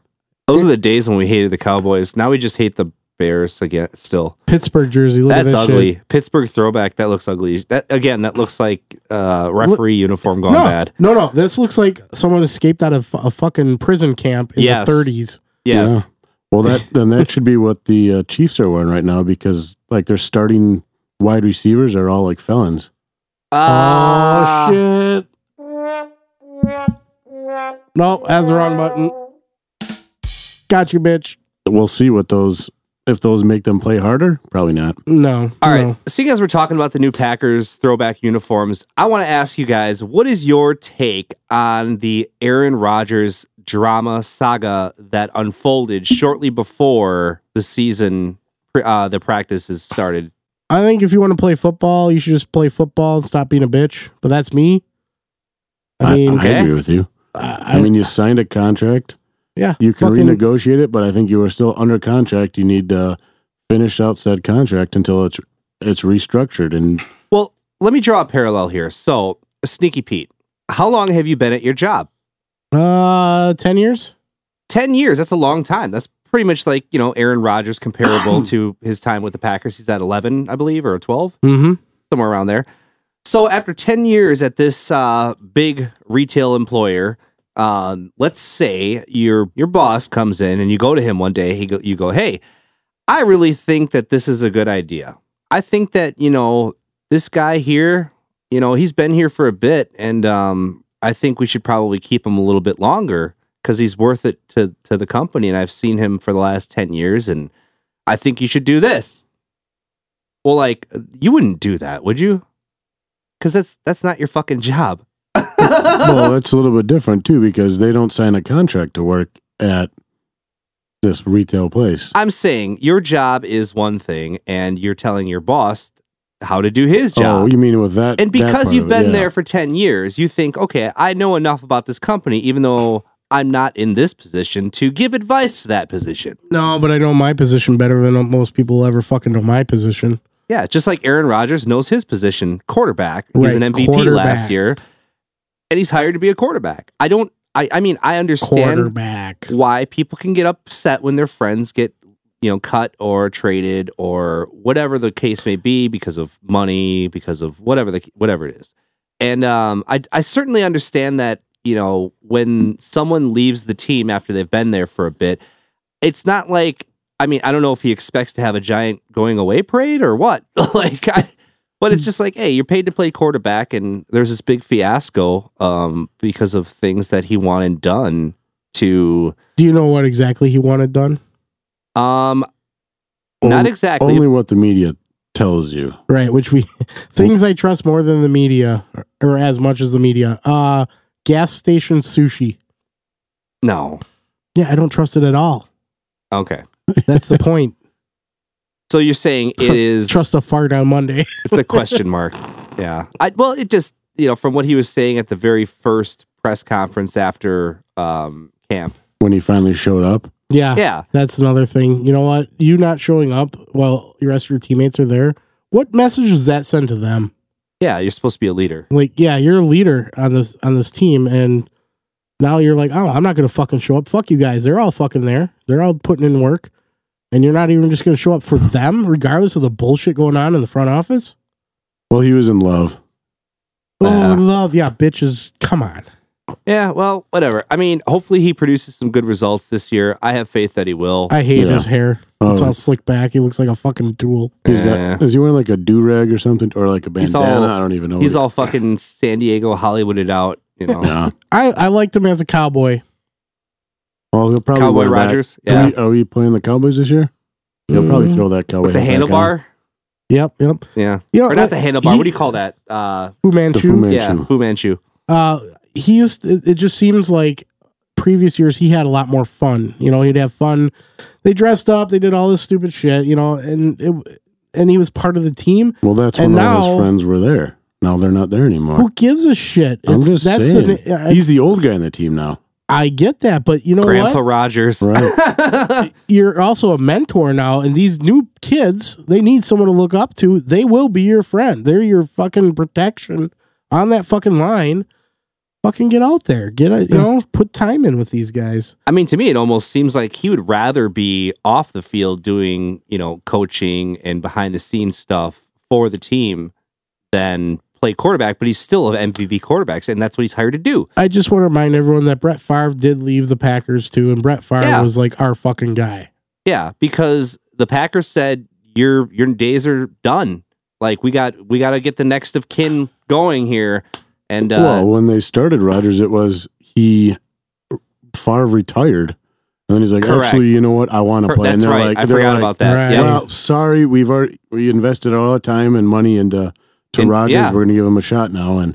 [SPEAKER 1] Those are the days when we hated the Cowboys. Now we just hate the Bears again. Still,
[SPEAKER 3] Pittsburgh jersey. Look
[SPEAKER 1] that's
[SPEAKER 3] at that shit.
[SPEAKER 1] ugly. Pittsburgh throwback. That looks ugly. That again. That looks like uh, referee uniform gone
[SPEAKER 3] no,
[SPEAKER 1] bad.
[SPEAKER 3] No, no. This looks like someone escaped out of a fucking prison camp in
[SPEAKER 1] Yes.
[SPEAKER 3] the 30s.
[SPEAKER 1] Yes.
[SPEAKER 2] Yeah.
[SPEAKER 1] <laughs>
[SPEAKER 2] Well, that then that should be what the uh, Chiefs are wearing right now because like their starting wide receivers are all like felons.
[SPEAKER 1] Uh, Ah,
[SPEAKER 3] oh, shit. No, that's the wrong button. Got you, bitch.
[SPEAKER 2] We'll see what those if those make them play harder. Probably not.
[SPEAKER 3] No.
[SPEAKER 1] All right.
[SPEAKER 3] no.
[SPEAKER 1] Seeing as we're talking about the new Packers throwback uniforms, I want to ask you guys what is your take on the Aaron Rodgers drama saga that unfolded shortly before the season, uh, the practices started?
[SPEAKER 3] I think if you want to play football, you should just play football and stop being a bitch. But that's me. I mean,
[SPEAKER 2] I,
[SPEAKER 1] okay.
[SPEAKER 2] agree with you.
[SPEAKER 3] I,
[SPEAKER 2] I, mean, you signed a contract.
[SPEAKER 3] Yeah.
[SPEAKER 2] You can
[SPEAKER 3] fucking-
[SPEAKER 2] renegotiate it, but I think you are still under contract. You need to finish out said contract until it's it's restructured.
[SPEAKER 1] <laughs>
[SPEAKER 2] And
[SPEAKER 1] Well, let me draw a parallel here. So, Sneaky Pete, how long have you been at your job?
[SPEAKER 3] Uh, 10 years?
[SPEAKER 1] 10 years. That's a long time. That's pretty much like, you know, Aaron Rodgers comparable to his time with the Packers. He's at 11, I believe, or 12,
[SPEAKER 3] Mm
[SPEAKER 1] somewhere around there. So, after 10 years at this uh, big retail employer, um, let's say your your boss comes in and you go to him one day. He go, you go, hey, I really think that this is a good idea. I think that you know this guy here, you know, he's been here for a bit, and um, I think we should probably keep him a little bit longer because he's worth it to to the company. And I've seen him for the last ten years, and I think you should do this. Well, like you wouldn't do that, would you? Because that's that's not your fucking job.
[SPEAKER 2] well, that's a little bit different too because they don't sign a contract to work at this retail place.
[SPEAKER 1] I'm saying your job is one thing, and you're telling your boss how to do his job.
[SPEAKER 2] Oh, you mean with that?
[SPEAKER 1] and
[SPEAKER 2] that
[SPEAKER 1] because
[SPEAKER 2] part
[SPEAKER 1] you've
[SPEAKER 2] of it,
[SPEAKER 1] been
[SPEAKER 2] yeah.
[SPEAKER 1] there for 10 years you think okay i know enough about this company even though i'm not in this position to give advice to that position
[SPEAKER 3] hmm. No, but I know my position better than most people ever fucking know my position.
[SPEAKER 1] yeah just like aaron rodgers knows his position quarterback he was
[SPEAKER 3] Right,
[SPEAKER 1] an mvp
[SPEAKER 3] quarterback.
[SPEAKER 1] last year and he's hired to be a quarterback i don't i, I mean i understand
[SPEAKER 3] Quarterback.
[SPEAKER 1] why people can get upset when their friends get you know cut or traded or whatever the case may be because of money because of whatever the whatever it is and um i i certainly understand that you know when someone leaves the team after they've been there for a bit it's not like i mean i don't know if he expects to have a giant going away parade or what <laughs> like i but it's just like, hey, you're paid to play quarterback, and there's this big fiasco um, because of things that he wanted done to
[SPEAKER 3] Do you know what exactly he wanted done?
[SPEAKER 1] um
[SPEAKER 2] On-
[SPEAKER 1] not exactly
[SPEAKER 2] Only what the media tells you.
[SPEAKER 3] Right, which we <laughs> things I trust more than the media or, or as much as the media. Uh gas station sushi.
[SPEAKER 1] no
[SPEAKER 3] Yeah, I don't trust it at all.
[SPEAKER 1] okay
[SPEAKER 3] That's the point.
[SPEAKER 1] so you're saying it is
[SPEAKER 3] trust a fart on Monday. <laughs>
[SPEAKER 1] it's a question
[SPEAKER 2] <laughs>
[SPEAKER 1] mark yeah I, well it just you know from what he was saying at the very first press conference after um camp
[SPEAKER 2] When he finally showed up,
[SPEAKER 3] yeah,
[SPEAKER 1] yeah
[SPEAKER 3] That's another thing. You know what? You not showing up while the rest of your teammates are there. What message does that send to them?
[SPEAKER 1] yeah you're supposed to be a leader
[SPEAKER 3] Like, yeah, you're a leader on this on this team, and now you're like, oh, I'm not gonna fucking show up. Fuck you guys. They're all fucking there. They're all putting in work, and you're not even just gonna show up for them, regardless of the bullshit going on in the front office.
[SPEAKER 2] well, he was in love.
[SPEAKER 3] Oh,
[SPEAKER 1] Yeah.
[SPEAKER 3] love, yeah, bitches. Come on.
[SPEAKER 1] yeah well whatever i mean hopefully he produces some good results this year i have faith that he will
[SPEAKER 3] I hate
[SPEAKER 2] Yeah.
[SPEAKER 3] his hair.
[SPEAKER 2] Oh,
[SPEAKER 1] Um,
[SPEAKER 3] It's all slicked back. He looks like a fucking tool.
[SPEAKER 2] he's
[SPEAKER 1] Yeah.
[SPEAKER 2] <laughs> got. Is he wearing like a do rag or something, or like a
[SPEAKER 1] He's all-
[SPEAKER 2] bandana? I don't even know.
[SPEAKER 1] he's
[SPEAKER 2] what
[SPEAKER 1] all fucking san diego hollywooded out you know
[SPEAKER 2] he- Nah.
[SPEAKER 3] I, I liked him as a cowboy.
[SPEAKER 2] Well, he'll probably
[SPEAKER 1] cowboy
[SPEAKER 2] wear that.
[SPEAKER 1] rogers
[SPEAKER 2] Are,
[SPEAKER 1] yeah Mm-hmm.
[SPEAKER 2] we, are we playing the Cowboys this year? He'll probably
[SPEAKER 3] Mhm.
[SPEAKER 2] throw that cowboy
[SPEAKER 1] with the
[SPEAKER 2] hat back on.
[SPEAKER 1] handlebar
[SPEAKER 3] Yep, yep.
[SPEAKER 1] yeah
[SPEAKER 3] You know,
[SPEAKER 1] or not the handlebar
[SPEAKER 3] he-
[SPEAKER 1] what do you call that uh
[SPEAKER 3] Fu
[SPEAKER 2] The
[SPEAKER 3] Manchu.
[SPEAKER 2] Fu Manchu.
[SPEAKER 1] yeah fu manchu
[SPEAKER 3] uh he used it, it just seems like previous years he had a lot more fun you know he'd have fun they dressed up they did all this stupid shit you know and it and he was part of the team
[SPEAKER 2] Well, that's
[SPEAKER 3] And
[SPEAKER 2] when all
[SPEAKER 3] now-
[SPEAKER 2] his friends were there. Now they're not there anymore.
[SPEAKER 3] who gives a shit
[SPEAKER 2] I'm just saying.
[SPEAKER 3] the I,
[SPEAKER 2] he's the old guy in the team now,
[SPEAKER 3] I get that but you know
[SPEAKER 1] Grandpa
[SPEAKER 3] what
[SPEAKER 1] Rogers.
[SPEAKER 2] right?
[SPEAKER 3] you're also a mentor now and these new kids they need someone to look up to they will be your friend they're your fucking protection on that fucking line fucking get out there get a, you know put time in with these guys
[SPEAKER 1] <laughs> I mean, to me, it almost seems like he would rather be off the field doing, you know, coaching and behind the scenes stuff for the team than play quarterback, but he's still an MVP quarterback, and that's what he's hired to do.
[SPEAKER 3] I just want to remind everyone that Brett Favre did leave the Packers too, and Brett Favre
[SPEAKER 1] Yeah.
[SPEAKER 3] was like our fucking guy.
[SPEAKER 1] Yeah, because the Packers said your your days are done. Like we got we got to get the next of kin going here, and uh,
[SPEAKER 2] well, when they started Rogers, it was he Favre retired, and then he's like,
[SPEAKER 1] Correct.
[SPEAKER 2] actually, you know what? I want to
[SPEAKER 1] per-
[SPEAKER 2] play.
[SPEAKER 1] that's
[SPEAKER 2] and they're
[SPEAKER 1] right.
[SPEAKER 2] like,
[SPEAKER 1] I
[SPEAKER 2] they're
[SPEAKER 1] forgot
[SPEAKER 2] like,
[SPEAKER 1] about that.
[SPEAKER 3] Right.
[SPEAKER 1] Yeah.
[SPEAKER 2] Well, sorry, we've already we invested all our time and money into to
[SPEAKER 1] And-
[SPEAKER 2] Rogers.
[SPEAKER 1] yeah.
[SPEAKER 2] We're going to give him a shot now, and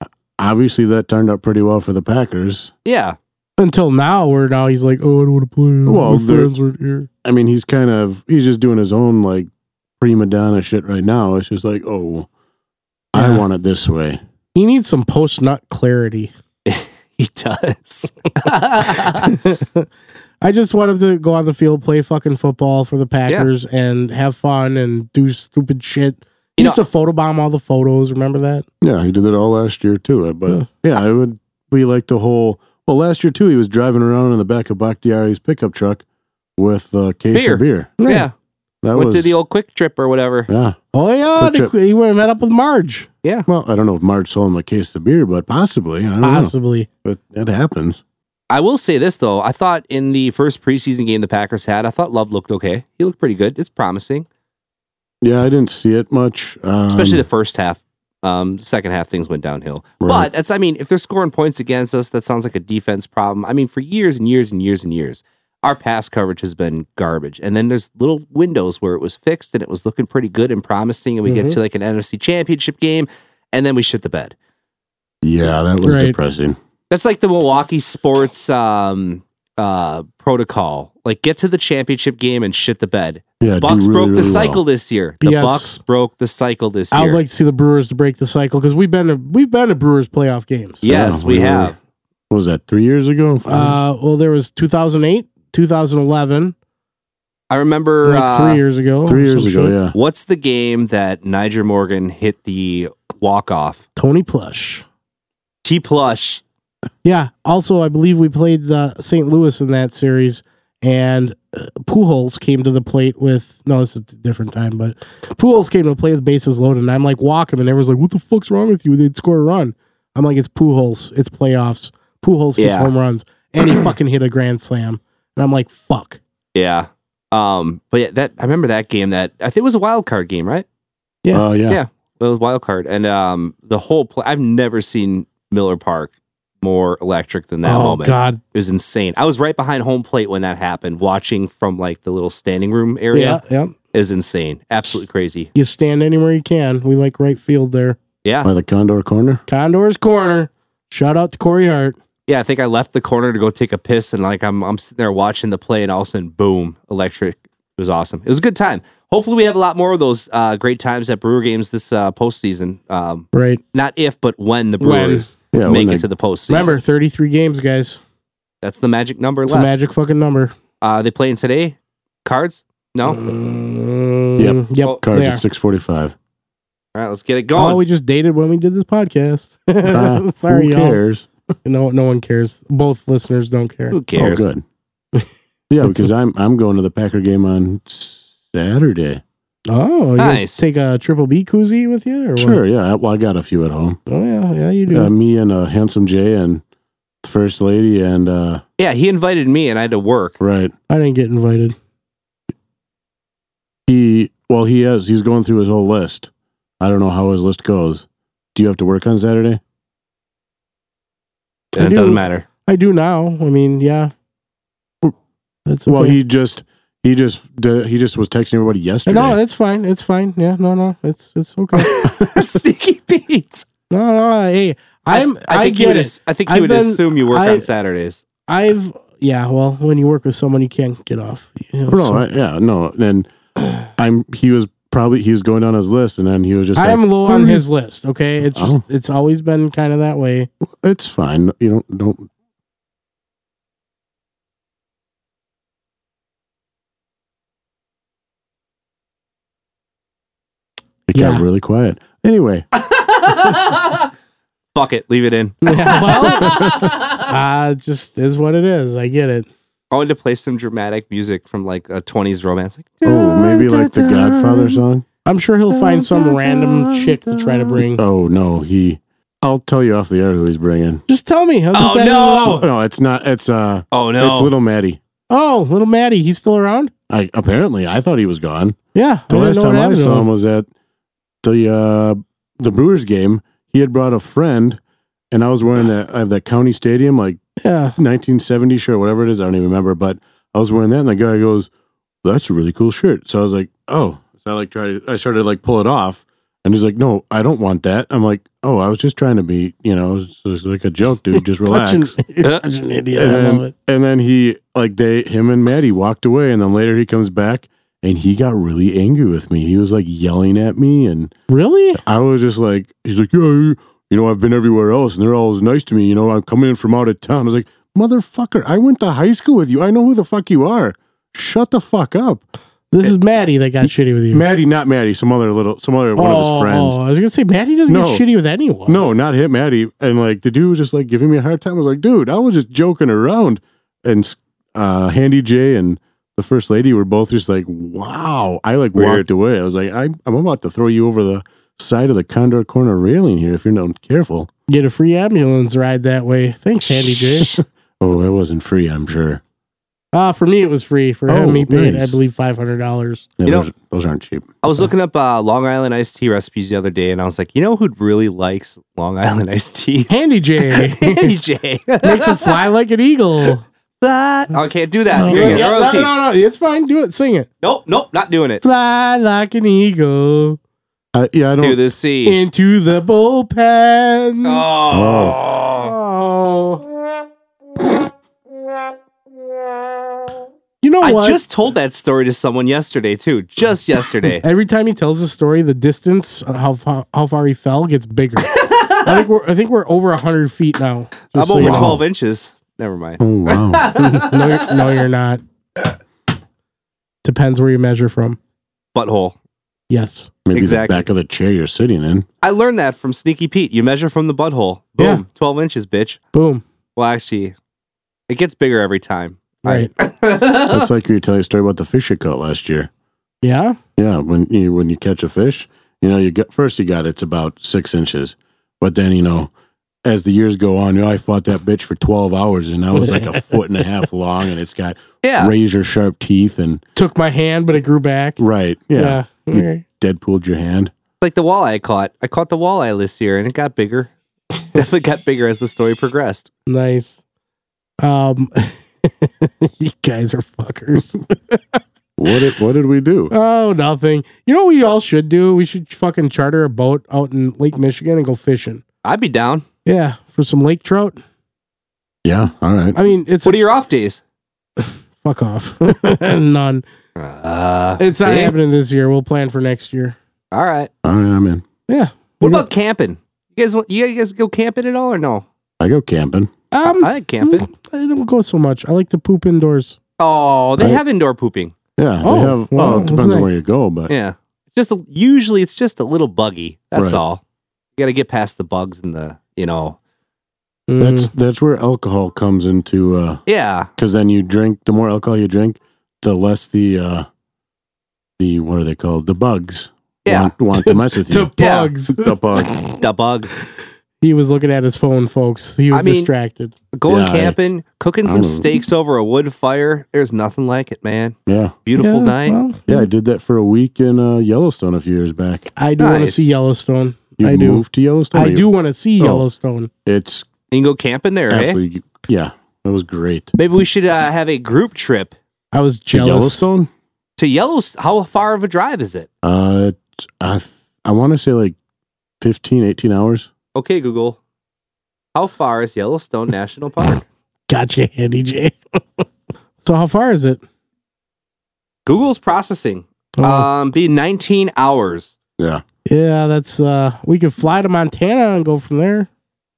[SPEAKER 2] uh, obviously that turned out pretty well for the Packers. <laughs>
[SPEAKER 1] yeah,
[SPEAKER 3] Until now, where now he's like, oh, I don't want to play.
[SPEAKER 2] Well,
[SPEAKER 3] Well, My
[SPEAKER 2] they're-
[SPEAKER 3] friends weren't here.
[SPEAKER 2] I mean, he's kind of he's just doing his own like prima donna shit right now. It's just like, oh,
[SPEAKER 3] Yeah.
[SPEAKER 2] I want it this way.
[SPEAKER 3] He needs some post nut clarity.
[SPEAKER 1] He <laughs> does.
[SPEAKER 2] <laughs>
[SPEAKER 3] I just want him to go on the field, play fucking football for the Packers, and have fun and do stupid shit. He
[SPEAKER 1] You
[SPEAKER 3] used to photobomb all the photos. Remember that?
[SPEAKER 2] Yeah, he did it all last year too. uh, But yeah, it would be like the whole. Well, last year too, he was driving around in the back of Bakhtiari's pickup truck with a case
[SPEAKER 1] Beer.
[SPEAKER 2] of beer.
[SPEAKER 1] yeah.
[SPEAKER 2] That
[SPEAKER 1] Went
[SPEAKER 2] was
[SPEAKER 1] to the old quick trip or whatever.
[SPEAKER 2] yeah.
[SPEAKER 3] Oh yeah,
[SPEAKER 2] Quick
[SPEAKER 3] they- he went and met up with Marge,
[SPEAKER 2] Well, I don't know if Marge sold him a case of beer, but possibly. I don't
[SPEAKER 3] possibly.
[SPEAKER 2] know. But that happens.
[SPEAKER 1] I will say this though. I thought in the first preseason game the Packers had, I thought Love looked okay. He looked pretty good. It's promising,
[SPEAKER 2] Yeah, I didn't see it much. Um,
[SPEAKER 1] especially the first half. Um, second half things went downhill.
[SPEAKER 2] Right.
[SPEAKER 1] But that's I mean, if they're scoring points against us, that sounds like a defense problem. I mean, for years and years and years and years, our pass coverage has been garbage. And then there's little windows where it was fixed and it was looking pretty good and promising, and we get
[SPEAKER 3] Mhm.
[SPEAKER 1] to like an NFC championship game, and then we shit the bed.
[SPEAKER 2] yeah, that was
[SPEAKER 3] Right.
[SPEAKER 2] depressing.
[SPEAKER 1] That's like the Milwaukee sports um uh protocol. Like get to the championship game and shit the bed.
[SPEAKER 2] Yeah, do
[SPEAKER 1] Bucks
[SPEAKER 2] really,
[SPEAKER 1] broke
[SPEAKER 2] really
[SPEAKER 1] the
[SPEAKER 2] well.
[SPEAKER 1] cycle this year. The
[SPEAKER 3] Yes.
[SPEAKER 1] Bucks broke the cycle this
[SPEAKER 3] I
[SPEAKER 1] year.
[SPEAKER 3] would like to see the Brewers to break the cycle because we've been to, we've been to Brewers playoff games.
[SPEAKER 1] yes,
[SPEAKER 2] Yeah,
[SPEAKER 1] we
[SPEAKER 2] we were-
[SPEAKER 1] have.
[SPEAKER 2] What was that? Three years ago. Four years?
[SPEAKER 3] Uh, well, there was 2008, 2011,
[SPEAKER 1] I remember
[SPEAKER 3] like
[SPEAKER 1] uh,
[SPEAKER 3] three years ago.
[SPEAKER 2] Ah. Three
[SPEAKER 3] or
[SPEAKER 2] years
[SPEAKER 3] some
[SPEAKER 2] ago.
[SPEAKER 3] shit.
[SPEAKER 2] Yeah.
[SPEAKER 1] What's the game that Niger Morgan hit the walk off?
[SPEAKER 3] Tony Plush.
[SPEAKER 1] T plush.
[SPEAKER 3] Yeah. Also, I believe we played the St. Louis in that series, and uh, Pujols came to the plate with no, this is a different time, but Pujols came to the plate with bases loaded, and I'm like, walk him, and everyone's like, what the fuck's wrong with you? They'd score a run. I'm like, it's Pujols, it's playoffs. Pujols hits
[SPEAKER 1] Yeah.
[SPEAKER 3] home runs, and he <coughs> fucking hit a grand slam, and I'm like, fuck.
[SPEAKER 1] Yeah. Um, but yeah, that I remember that game that I think it was a wild card game, right?
[SPEAKER 3] Yeah.
[SPEAKER 2] Oh yeah.
[SPEAKER 1] Yeah. It was wild card. And um the whole play I've never seen Miller Park more electric than that
[SPEAKER 3] oh
[SPEAKER 1] moment.
[SPEAKER 3] God,
[SPEAKER 1] It was insane. I was right behind home plate when that happened, watching from like the little standing room
[SPEAKER 3] yeah,
[SPEAKER 1] area.
[SPEAKER 3] yeah.
[SPEAKER 1] Is insane. Absolutely crazy.
[SPEAKER 3] You stand anywhere you can. We like right field there.
[SPEAKER 1] Yeah.
[SPEAKER 2] By the Condor Corner.
[SPEAKER 3] Condor's corner. Shout out to Corey Hart.
[SPEAKER 1] Yeah. I think I left the corner to go take a piss and like I'm I'm sitting there watching the play and all of a sudden boom, electric. It was awesome. It was a good time. Hopefully we have a lot more of those uh, great times at Brewer games this uh, postseason. Um,
[SPEAKER 3] Right.
[SPEAKER 1] not if, but when the
[SPEAKER 3] When.
[SPEAKER 1] Brewers
[SPEAKER 2] Yeah.
[SPEAKER 1] make
[SPEAKER 2] when
[SPEAKER 1] it to the postseason.
[SPEAKER 3] Remember, 33 games, guys.
[SPEAKER 1] that's the magic number
[SPEAKER 3] It's a
[SPEAKER 1] left.
[SPEAKER 3] magic fucking number.
[SPEAKER 1] uh, they playing today? Cards? No.
[SPEAKER 3] Mm, yep.
[SPEAKER 1] Oh,
[SPEAKER 2] Cards
[SPEAKER 3] they
[SPEAKER 2] at
[SPEAKER 3] are.
[SPEAKER 2] six
[SPEAKER 3] <laughs>
[SPEAKER 2] forty-five.
[SPEAKER 1] All right, let's get it
[SPEAKER 3] Oh,
[SPEAKER 1] going.
[SPEAKER 3] we just dated when we did this podcast. <laughs>
[SPEAKER 2] Uh,
[SPEAKER 3] Sorry,
[SPEAKER 2] who
[SPEAKER 3] y'all.
[SPEAKER 2] cares?
[SPEAKER 3] No, no one cares. Both listeners don't care.
[SPEAKER 1] Who cares?
[SPEAKER 2] Oh, good. yeah, because I'm I'm going to the Packer game on Saturday.
[SPEAKER 3] Oh, you
[SPEAKER 1] Nice.
[SPEAKER 3] Take a triple B koozie with you, or what?
[SPEAKER 2] Sure. Yeah. Well, I got a few at home.
[SPEAKER 3] Oh yeah, yeah, you do.
[SPEAKER 2] Uh, me and uh, handsome Jay and the first lady and uh,
[SPEAKER 1] Yeah, he invited me and I had to work.
[SPEAKER 2] right.
[SPEAKER 3] I didn't get invited.
[SPEAKER 2] He well he has he's going through his whole list. I don't know how his list goes. Do you have to work on Saturday?
[SPEAKER 3] I
[SPEAKER 1] And it
[SPEAKER 3] do.
[SPEAKER 1] doesn't matter.
[SPEAKER 3] I do now. I mean, yeah. That's okay.
[SPEAKER 2] Well, he just he just d- he just was texting everybody yesterday.
[SPEAKER 3] No, it's fine. It's fine. Yeah, no, no, it's it's <laughs> okay.
[SPEAKER 1] <laughs> Sneaky Pete.
[SPEAKER 3] no, no, hey, I'm. I,
[SPEAKER 1] think he
[SPEAKER 3] get
[SPEAKER 1] would
[SPEAKER 3] it.
[SPEAKER 1] ass- I think he
[SPEAKER 3] I've
[SPEAKER 1] would
[SPEAKER 3] been-
[SPEAKER 1] assume you work
[SPEAKER 3] I-
[SPEAKER 1] on Saturdays.
[SPEAKER 3] I've yeah. Well, when you work with someone, you can't get off. You know,
[SPEAKER 2] no,
[SPEAKER 3] so-
[SPEAKER 2] I, yeah, no.
[SPEAKER 3] <clears throat>
[SPEAKER 2] And I'm he was probably he was going down his list and then he was just like,
[SPEAKER 3] I'm low on
[SPEAKER 2] "Hmm,
[SPEAKER 3] his list. Okay, it's just,
[SPEAKER 2] Oh.
[SPEAKER 3] it's always been kind of that
[SPEAKER 2] <laughs>
[SPEAKER 3] way.
[SPEAKER 2] It's fine. You don't don't It
[SPEAKER 3] Yeah.
[SPEAKER 2] got really quiet. Anyway,
[SPEAKER 1] Fuck it, leave it
[SPEAKER 3] <laughs>
[SPEAKER 1] in.
[SPEAKER 3] Yeah, well, uh, just is what it is. I get it.
[SPEAKER 1] I wanted to play some dramatic music from like a 20s romance. Like,
[SPEAKER 2] oh, maybe like the Godfather song.
[SPEAKER 3] I'm sure he'll find some random chick to try to bring.
[SPEAKER 2] Oh no, he. I'll tell you off the air who he's bringing.
[SPEAKER 3] Just tell me. I'll just
[SPEAKER 1] Oh,
[SPEAKER 3] edit it
[SPEAKER 1] no.
[SPEAKER 2] Oh
[SPEAKER 3] out.
[SPEAKER 2] no, it's not. It's uh,
[SPEAKER 1] Oh no.
[SPEAKER 2] it's little Maddie.
[SPEAKER 3] Oh, little Maddie, he's still around.
[SPEAKER 2] I apparently I thought he was gone.
[SPEAKER 3] Yeah,
[SPEAKER 2] The
[SPEAKER 3] I didn't
[SPEAKER 2] last
[SPEAKER 3] know what
[SPEAKER 2] time I
[SPEAKER 3] happened to
[SPEAKER 2] saw
[SPEAKER 3] him.
[SPEAKER 2] him was at the uh, the Brewers game. He had brought a friend, and I was wearing that. I have that county stadium like
[SPEAKER 3] Yeah,
[SPEAKER 2] 1970 shirt, whatever it is. I don't even remember, but I was wearing that, and the guy goes, "That's a really cool shirt." So I was like, "Oh." So I like tried. I started to, like pull it off, and he's like, "No, I don't want that." I'm like, "Oh, I was just trying to be, you know, it's just like a joke, dude. Just relax."
[SPEAKER 3] <laughs> Such
[SPEAKER 2] <laughs>
[SPEAKER 3] an, such an idiot.
[SPEAKER 2] and,
[SPEAKER 3] I love it.
[SPEAKER 2] and then he like they him and Maddie walked away, and then later he comes back. And he got really angry with me. He was like yelling at me, and
[SPEAKER 3] Really?
[SPEAKER 2] I was just like, he's like, yeah, you- you know, I've been everywhere else and they're always nice to me. You know, I'm coming in from out of town. I was like, motherfucker, I went to high school with you. I know who the fuck you are. Shut the fuck up.
[SPEAKER 3] This is Maddie that got shitty with you.
[SPEAKER 2] Maddie, not Maddie, some other little, some other one of his friends.
[SPEAKER 3] Oh, I was gonna say Maddie doesn't
[SPEAKER 2] No.
[SPEAKER 3] get shitty with anyone.
[SPEAKER 2] No, not him, Maddie. And like the dude was just like giving me a hard time. I was like, dude, I was just joking around. And uh, Handy J and the first lady were both just like, wow. I like
[SPEAKER 1] Weird.
[SPEAKER 2] walked away. I was like, I'm, I'm about to throw you over the side of the Condor Corner railing here if you're not careful.
[SPEAKER 3] Get a free ambulance ride that way. Thanks, Handy J.
[SPEAKER 2] <laughs>
[SPEAKER 3] <laughs>
[SPEAKER 2] Oh, it wasn't free, I'm sure.
[SPEAKER 3] Uh, for me, it was free. For him,
[SPEAKER 2] Oh,
[SPEAKER 3] he paid,
[SPEAKER 2] nice.
[SPEAKER 3] I believe, five hundred dollars.
[SPEAKER 2] Yeah,
[SPEAKER 1] You know-
[SPEAKER 2] those, those aren't cheap.
[SPEAKER 1] I was looking up uh, Long Island iced tea recipes the other day, and I was like, you know who really likes Long Island iced tea?
[SPEAKER 3] <laughs> Handy J
[SPEAKER 1] Handy <laughs> J.
[SPEAKER 3] makes him fly like an <laughs> eagle.
[SPEAKER 1] That- Oh, I can't do that.
[SPEAKER 3] no,
[SPEAKER 1] Here you go.
[SPEAKER 3] no, no,
[SPEAKER 1] Royalty.
[SPEAKER 3] no, it's fine. Do it. Sing it.
[SPEAKER 1] Nope, nope, not doing it.
[SPEAKER 3] Fly like an eagle
[SPEAKER 2] I, yeah, I
[SPEAKER 1] Do
[SPEAKER 2] don't.
[SPEAKER 1] the sea.
[SPEAKER 3] into the bullpen.
[SPEAKER 1] Oh.
[SPEAKER 3] Oh. You know
[SPEAKER 1] I
[SPEAKER 3] what?
[SPEAKER 1] just told that story to someone yesterday too. Just
[SPEAKER 3] <laughs>
[SPEAKER 1] yesterday.
[SPEAKER 3] Every time he tells a story, the distance uh, how far, how far he fell gets bigger. I think we're I think we're over hundred feet now.
[SPEAKER 1] I'm
[SPEAKER 3] Just so
[SPEAKER 1] over
[SPEAKER 3] you know.
[SPEAKER 1] 12 inches. Never mind.
[SPEAKER 2] Oh,
[SPEAKER 1] <laughs>
[SPEAKER 2] wow.
[SPEAKER 3] No, you're, no, you're not. Depends where you measure from.
[SPEAKER 1] Butthole.
[SPEAKER 3] Yes.
[SPEAKER 2] Maybe
[SPEAKER 1] Exactly.
[SPEAKER 2] the back of the chair you're sitting in.
[SPEAKER 1] I learned that from Sneaky Pete. You measure from the butthole. Boom.
[SPEAKER 3] Yeah.
[SPEAKER 1] 12 inches, bitch.
[SPEAKER 3] Boom.
[SPEAKER 1] Well, actually, it gets bigger every time.
[SPEAKER 3] Right.
[SPEAKER 2] That's like you tell your story about the fish you caught last year.
[SPEAKER 3] Yeah.
[SPEAKER 2] Yeah, when you when you catch a fish, you know you get first you got it's about six inches, but then you know as the years go on, you know, I fought that bitch for twelve hours and I was like
[SPEAKER 3] <laughs>
[SPEAKER 2] a foot and a half long, and it's got
[SPEAKER 1] <laughs> yeah.
[SPEAKER 2] razor sharp teeth and
[SPEAKER 3] Took my hand, but it grew back.
[SPEAKER 2] right, yeah,
[SPEAKER 3] Yeah.
[SPEAKER 2] You-
[SPEAKER 3] Okay.
[SPEAKER 2] Deadpooled your hand.
[SPEAKER 1] like the walleye I caught. I caught the walleye this year and it got bigger. <laughs> Definitely got bigger as the story progressed.
[SPEAKER 3] Nice. Um, <laughs> you guys are fuckers.
[SPEAKER 2] What did what did we do?
[SPEAKER 3] Oh, nothing. You know what we all should do? We should fucking charter a boat out in Lake Michigan and go fishing.
[SPEAKER 1] I'd be down.
[SPEAKER 3] Yeah, for some lake trout.
[SPEAKER 2] Yeah, all right.
[SPEAKER 3] I mean, it's
[SPEAKER 1] What are your off days?
[SPEAKER 3] fuck off.
[SPEAKER 1] <laughs>
[SPEAKER 3] None.
[SPEAKER 1] Uh,
[SPEAKER 3] It's not
[SPEAKER 1] see?
[SPEAKER 3] happening this year. We'll plan for next year.
[SPEAKER 1] All right.
[SPEAKER 2] All right, I'm in.
[SPEAKER 3] Yeah.
[SPEAKER 1] What about camping? You guys, want- you guys go camping at all or no?
[SPEAKER 2] I go camping.
[SPEAKER 3] um?
[SPEAKER 1] I like camping.
[SPEAKER 3] mm, I don't go so much. I like to poop indoors.
[SPEAKER 1] Oh, they
[SPEAKER 2] Right.
[SPEAKER 1] have indoor pooping.
[SPEAKER 2] Yeah,
[SPEAKER 3] Oh,
[SPEAKER 2] they have.
[SPEAKER 3] wow,
[SPEAKER 2] well, it
[SPEAKER 3] that's
[SPEAKER 2] depends
[SPEAKER 3] nice.
[SPEAKER 2] on where you go, but
[SPEAKER 1] Yeah. Just a, usually it's just a little buggy. That's
[SPEAKER 2] Right.
[SPEAKER 1] all. You got to get past the bugs and the, you know.
[SPEAKER 3] Mm,
[SPEAKER 2] that's that's where alcohol comes into. uh
[SPEAKER 1] Yeah.
[SPEAKER 2] because then you drink the more alcohol you drink the less the uh the what are they called the bugs
[SPEAKER 1] Yeah.
[SPEAKER 2] want, want to mess with
[SPEAKER 3] the
[SPEAKER 2] you
[SPEAKER 1] Yeah.
[SPEAKER 3] bugs.
[SPEAKER 2] the bug
[SPEAKER 1] The bugs.
[SPEAKER 3] he was looking at his phone, folks. He was
[SPEAKER 1] I mean-
[SPEAKER 3] distracted.
[SPEAKER 1] Going
[SPEAKER 2] Yeah, I-
[SPEAKER 1] camping, cooking
[SPEAKER 2] I
[SPEAKER 1] some
[SPEAKER 2] don't-
[SPEAKER 1] steaks over a wood fire. There's nothing like it, man.
[SPEAKER 2] yeah
[SPEAKER 1] Beautiful
[SPEAKER 3] Yeah,
[SPEAKER 1] night.
[SPEAKER 3] well,
[SPEAKER 2] yeah i did that for a week in uh yellowstone a few years back
[SPEAKER 3] I do want to
[SPEAKER 1] Nice.
[SPEAKER 3] see Yellowstone.
[SPEAKER 2] you
[SPEAKER 3] I do.
[SPEAKER 2] moved to yellowstone
[SPEAKER 3] I
[SPEAKER 2] You-
[SPEAKER 3] do want to see
[SPEAKER 2] Oh.
[SPEAKER 3] Yellowstone.
[SPEAKER 2] it's
[SPEAKER 1] you can go camping there, eh?
[SPEAKER 2] absolutely yeah that was great
[SPEAKER 1] Maybe we should uh, have a group trip
[SPEAKER 3] I was
[SPEAKER 2] To
[SPEAKER 3] jealous.
[SPEAKER 2] yellowstone
[SPEAKER 1] to Yellowstone. How far of a drive is it?
[SPEAKER 2] uh it's- i th- i want to say like 15 18 hours
[SPEAKER 1] Okay, Google. How far is Yellowstone National Park?
[SPEAKER 3] Gotcha, Handy J. <laughs> so how far is it?
[SPEAKER 1] Google's processing.
[SPEAKER 3] Oh,
[SPEAKER 1] Um, be 19 hours.
[SPEAKER 2] yeah
[SPEAKER 3] yeah, that's uh we could fly to Montana and go from there.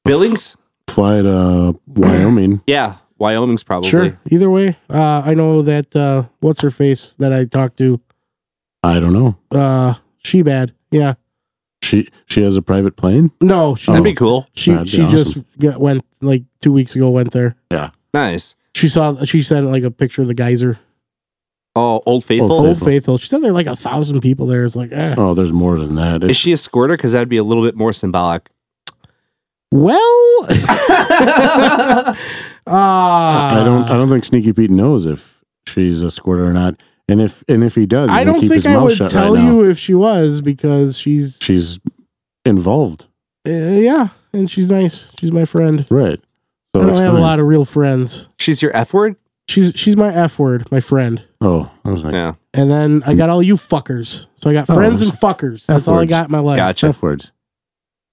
[SPEAKER 1] Billings?
[SPEAKER 2] fly to uh, wyoming
[SPEAKER 1] Yeah, Wyoming's probably.
[SPEAKER 3] Sure. Either way. Uh I know that uh what's her face that I talked to?
[SPEAKER 2] i don't know
[SPEAKER 3] Uh she bad. Yeah.
[SPEAKER 2] she she has a private plane
[SPEAKER 3] No, she
[SPEAKER 1] That'd be cool.
[SPEAKER 3] she,
[SPEAKER 2] Oh, that'd be
[SPEAKER 3] she just got, went like two weeks ago went there.
[SPEAKER 1] Nice.
[SPEAKER 3] She saw she sent like a picture of the geyser.
[SPEAKER 1] Oh, Old Faithful.
[SPEAKER 2] Faithful.
[SPEAKER 3] Old Faithful. She said there are like a thousand people there. It's like eh.
[SPEAKER 2] oh there's more than that
[SPEAKER 1] Is
[SPEAKER 2] It's-
[SPEAKER 1] she a squirter? Because that'd be a little bit more symbolic.
[SPEAKER 3] Well <laughs>
[SPEAKER 1] I
[SPEAKER 3] Ah,
[SPEAKER 2] I don't. I don't think Sneaky Pete knows if she's a squirter or not. And if and if he does, he's
[SPEAKER 3] I
[SPEAKER 2] gonna
[SPEAKER 3] don't
[SPEAKER 2] keep
[SPEAKER 3] think
[SPEAKER 2] his
[SPEAKER 3] I
[SPEAKER 2] mouth
[SPEAKER 3] would
[SPEAKER 2] shut
[SPEAKER 3] tell
[SPEAKER 2] right now.
[SPEAKER 3] you if she was because she's
[SPEAKER 2] She's involved,
[SPEAKER 3] uh, yeah, and she's nice. She's my friend.
[SPEAKER 2] right?
[SPEAKER 3] I
[SPEAKER 2] So
[SPEAKER 3] don't
[SPEAKER 2] it's
[SPEAKER 3] have a
[SPEAKER 2] fine.
[SPEAKER 3] lot of real friends.
[SPEAKER 1] She's your F word?
[SPEAKER 3] She's she's my f word, my friend.
[SPEAKER 2] Oh, I was like
[SPEAKER 1] Yeah.
[SPEAKER 3] And then I got all you fuckers. So I got
[SPEAKER 2] Oh,
[SPEAKER 3] friends and fuckers. That's all I
[SPEAKER 2] F-words.
[SPEAKER 3] got in my life.
[SPEAKER 1] Gotcha.
[SPEAKER 2] F words.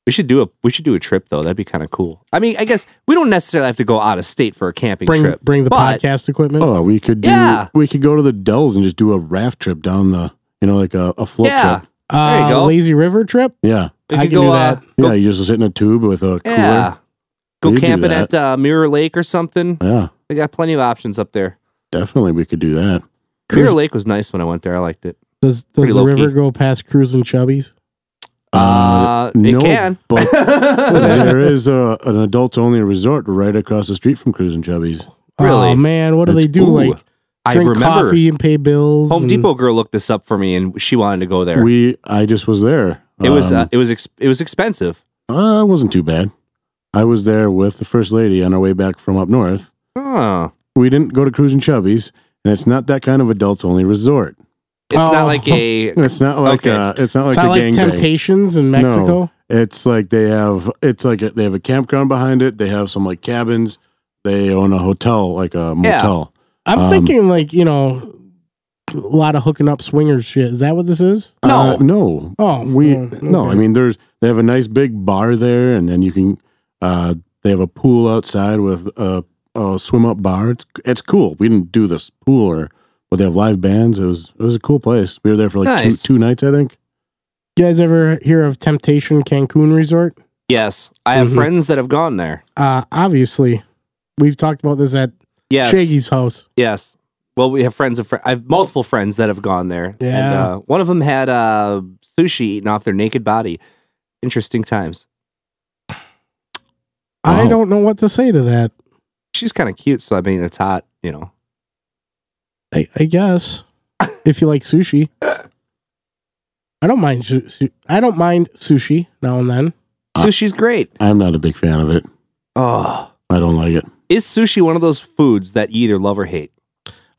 [SPEAKER 1] We should do a we should do a trip though. That'd be kind of cool. I mean, I guess we don't necessarily have to go out of state for a camping
[SPEAKER 3] Bring
[SPEAKER 1] trip.
[SPEAKER 3] bring the
[SPEAKER 1] But-
[SPEAKER 3] podcast equipment.
[SPEAKER 2] Oh, we could do.
[SPEAKER 1] Yeah.
[SPEAKER 2] We could go to the Dells and just do a raft trip down the. You know, like a, a float
[SPEAKER 1] Yeah.
[SPEAKER 2] trip.
[SPEAKER 3] Uh,
[SPEAKER 1] There you go.
[SPEAKER 3] Lazy River trip.
[SPEAKER 2] Yeah.
[SPEAKER 1] They
[SPEAKER 3] I
[SPEAKER 1] could
[SPEAKER 3] can do
[SPEAKER 1] uh,
[SPEAKER 3] that.
[SPEAKER 1] go-
[SPEAKER 2] Yeah. You just sit in a tube with a cooler.
[SPEAKER 1] yeah. Go
[SPEAKER 2] We could do
[SPEAKER 1] camping at
[SPEAKER 2] that.
[SPEAKER 1] uh, Mirror Lake or something.
[SPEAKER 2] Yeah,
[SPEAKER 1] They got plenty of options up there.
[SPEAKER 2] Definitely, we could do that.
[SPEAKER 1] Mirror
[SPEAKER 3] Cruise-
[SPEAKER 1] Lake was nice when I went there. I liked it.
[SPEAKER 3] Does
[SPEAKER 1] Pretty
[SPEAKER 3] does the
[SPEAKER 1] low-key.
[SPEAKER 3] river go past cruising chubbies?
[SPEAKER 1] Uh, it
[SPEAKER 2] no,
[SPEAKER 1] can. <laughs>
[SPEAKER 2] but Uh, there is a, an adults only resort right across the street from Cruising Chubby's.
[SPEAKER 1] Really?
[SPEAKER 3] Oh man, what do
[SPEAKER 2] That's-
[SPEAKER 3] they do?
[SPEAKER 2] ooh,
[SPEAKER 3] like
[SPEAKER 1] I
[SPEAKER 3] drink
[SPEAKER 1] remember
[SPEAKER 3] coffee and pay bills.
[SPEAKER 1] Home
[SPEAKER 3] and-
[SPEAKER 1] Depot girl looked this up for me, and she wanted to go there.
[SPEAKER 2] We, I just was there.
[SPEAKER 1] it was uh,
[SPEAKER 2] Um,
[SPEAKER 1] it was ex- it was expensive.
[SPEAKER 2] uh, it wasn't too bad. I was there with the first lady on our way back from up north.
[SPEAKER 1] Huh.
[SPEAKER 2] We didn't go to Cruising Chubby's, and it's not that kind of adults only resort.
[SPEAKER 1] It's
[SPEAKER 3] Oh.
[SPEAKER 1] not like a
[SPEAKER 2] It's not like
[SPEAKER 1] Okay.
[SPEAKER 2] uh it's not like
[SPEAKER 3] it's not
[SPEAKER 2] a
[SPEAKER 3] like
[SPEAKER 2] gang
[SPEAKER 3] Temptations in
[SPEAKER 2] No.
[SPEAKER 3] Mexico.
[SPEAKER 2] It's like they have it's like a, they have a campground behind it. They have some like cabins. They own a hotel, like a motel.
[SPEAKER 3] I'm
[SPEAKER 2] Um,
[SPEAKER 3] thinking like you know, a lot of hooking up swingers shit. Is that what this is?
[SPEAKER 2] Uh, no,
[SPEAKER 3] Oh,
[SPEAKER 2] we
[SPEAKER 3] well,
[SPEAKER 2] no.
[SPEAKER 3] okay.
[SPEAKER 2] I mean, there's they have a nice big bar there, and then you can uh they have a pool outside with a, a swim up bar. It's, it's cool. We didn't do this pool or but they have live bands. It was it was a cool place. We were there for like
[SPEAKER 1] Nice.
[SPEAKER 2] two two nights, I think.
[SPEAKER 3] you guys ever hear of Temptation Cancun Resort?
[SPEAKER 1] yes. I have
[SPEAKER 3] Mhm.
[SPEAKER 1] friends that have gone there.
[SPEAKER 3] Uh, obviously, we've talked about this at
[SPEAKER 1] Yes,
[SPEAKER 3] Shaggy's house.
[SPEAKER 1] yes. Well, we have friends of fr- I have multiple friends that have gone there. And,
[SPEAKER 3] Yeah.
[SPEAKER 1] uh, one of them had uh, sushi eaten off their naked body. Interesting times.
[SPEAKER 3] I
[SPEAKER 2] Wow.
[SPEAKER 3] don't know what to say to that.
[SPEAKER 1] She's kind of cute, so I mean, it's hot, you know.
[SPEAKER 3] I,
[SPEAKER 2] <laughs>
[SPEAKER 3] I guess if you like sushi, I don't mind. Su- su- I don't mind sushi now and then.
[SPEAKER 2] Uh.
[SPEAKER 1] Sushi's great.
[SPEAKER 2] I'm not a big fan of it.
[SPEAKER 1] Oh,
[SPEAKER 2] I don't like it.
[SPEAKER 1] is sushi one of those foods that you either love or hate?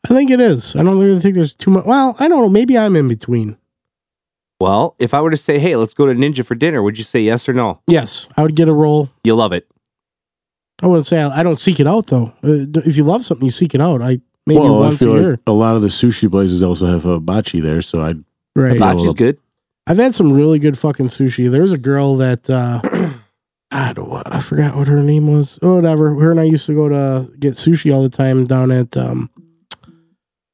[SPEAKER 3] I think it is. I don't really think there's too much. Well, I don't know. Maybe I'm in between.
[SPEAKER 1] Well, if I were to say, "Hey, let's go to Ninja for dinner," would you say yes or no?
[SPEAKER 3] Yes, I would get a roll.
[SPEAKER 1] You love it.
[SPEAKER 3] I wouldn't say I, I don't seek it out though. Uh, d- if you love something, you seek it out. I maybe
[SPEAKER 2] well, I
[SPEAKER 3] once a
[SPEAKER 2] feel
[SPEAKER 3] year.
[SPEAKER 2] like a lot of the sushi places also have a hibachi there, so I
[SPEAKER 3] right.
[SPEAKER 2] Yeah,
[SPEAKER 1] Hibachi's
[SPEAKER 2] well-
[SPEAKER 1] good.
[SPEAKER 3] I've had some really good fucking sushi. There was a girl that uh <clears throat> I don't wa- I forgot what her name was. Oh, whatever. Her and I used to go to get sushi all the time down at um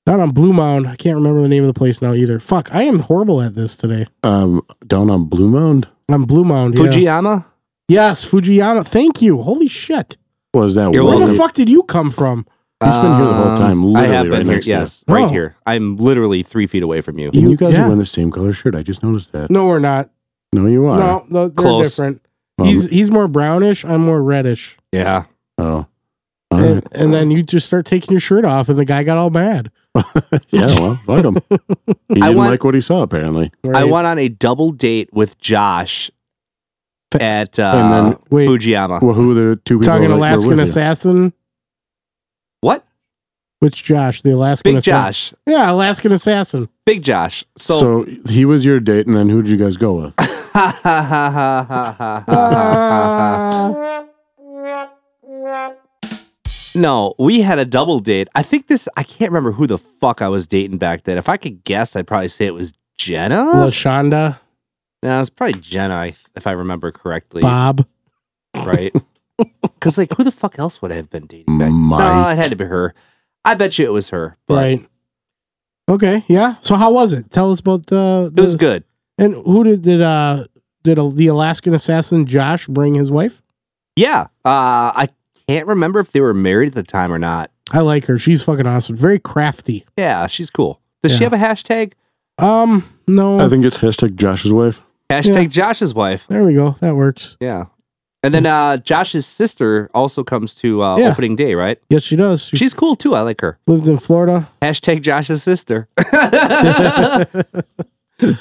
[SPEAKER 3] down on Blue Mound. I can't remember the name of the place now either. Fuck, I am horrible at this today.
[SPEAKER 2] um down on Blue Mound
[SPEAKER 3] On Blue Mound. yeah.
[SPEAKER 1] Fujiyama.
[SPEAKER 3] Yes, Fujiyama. Thank you. Holy shit.
[SPEAKER 2] was that
[SPEAKER 1] You're
[SPEAKER 2] one
[SPEAKER 3] Where
[SPEAKER 1] welcome.
[SPEAKER 3] the
[SPEAKER 2] that-
[SPEAKER 3] fuck did you come from?
[SPEAKER 2] He's been here the whole
[SPEAKER 1] Um,
[SPEAKER 2] time,
[SPEAKER 1] I
[SPEAKER 2] literally
[SPEAKER 1] have
[SPEAKER 2] right
[SPEAKER 1] been here.
[SPEAKER 2] next to you.
[SPEAKER 1] Yes, right
[SPEAKER 3] Oh.
[SPEAKER 1] here. I'm literally three feet away from you.
[SPEAKER 2] And you,
[SPEAKER 3] You-
[SPEAKER 2] guys
[SPEAKER 3] yeah.
[SPEAKER 2] are wearing the same color shirt. I just noticed that.
[SPEAKER 3] No, we're not.
[SPEAKER 2] No, you are.
[SPEAKER 3] No, no, they're
[SPEAKER 1] Close.
[SPEAKER 3] different.
[SPEAKER 2] Um,
[SPEAKER 3] he's he's more brownish. I'm more reddish.
[SPEAKER 1] Yeah.
[SPEAKER 2] oh. All
[SPEAKER 3] And, <laughs>
[SPEAKER 2] right.
[SPEAKER 3] and then you just start taking your shirt off, and the guy got all mad.
[SPEAKER 2] <laughs> yeah, well, fuck him. <laughs> He didn't
[SPEAKER 1] want-
[SPEAKER 2] like what he saw, apparently.
[SPEAKER 1] I
[SPEAKER 3] Right?
[SPEAKER 1] went on a double date with Josh at uh,
[SPEAKER 2] And then-
[SPEAKER 3] Wait,
[SPEAKER 1] Fujiyama.
[SPEAKER 2] Well, who were the two people
[SPEAKER 3] talking
[SPEAKER 2] that were
[SPEAKER 3] Alaskan
[SPEAKER 2] with you?
[SPEAKER 3] Assassin.
[SPEAKER 1] What?
[SPEAKER 3] Which Josh? The Alaskan
[SPEAKER 1] Big
[SPEAKER 3] Assassin.
[SPEAKER 1] Josh.
[SPEAKER 3] Yeah,
[SPEAKER 1] <laughs>
[SPEAKER 3] Alaskan Assassin.
[SPEAKER 1] Big Josh. So,
[SPEAKER 2] So, he was your date, and then who did you guys go with?
[SPEAKER 3] Ah.
[SPEAKER 1] <laughs> no, we had a double date. I think this. I can't remember who the fuck I was dating back then. If I could guess, I'd probably say it was Jenna.
[SPEAKER 3] Lashonda,
[SPEAKER 1] No, it's probably Jenna, I- if I remember correctly.
[SPEAKER 3] Bob.
[SPEAKER 1] Right?
[SPEAKER 2] <laughs>
[SPEAKER 1] Because, like, who the fuck else would I have been dating back No, it
[SPEAKER 2] Mike.
[SPEAKER 1] had to be her. I bet you it was her. But
[SPEAKER 3] Right. Okay. Yeah. So how was it? Tell us about the.
[SPEAKER 1] It was
[SPEAKER 3] the-
[SPEAKER 1] good.
[SPEAKER 3] And who did did uh did uh, the Alaskan Assassin Josh bring his wife?
[SPEAKER 1] Yeah. Uh, I can't remember if they were married at the time or not.
[SPEAKER 3] I like her. She's fucking awesome. Very crafty.
[SPEAKER 1] Yeah, she's cool. Does she
[SPEAKER 3] Yeah.
[SPEAKER 1] have a hashtag?
[SPEAKER 3] Um. No.
[SPEAKER 2] I think it's hashtag Josh's wife.
[SPEAKER 1] Hashtag
[SPEAKER 3] Yeah.
[SPEAKER 1] Josh's wife.
[SPEAKER 3] there we go. That works.
[SPEAKER 1] Yeah. And then uh, Josh's sister also comes to uh,
[SPEAKER 3] Yeah.
[SPEAKER 1] opening day, right?
[SPEAKER 3] Yes, she does. She
[SPEAKER 1] She's cool too. I like her.
[SPEAKER 3] lived in Florida.
[SPEAKER 1] Hashtag Josh's sister. <laughs>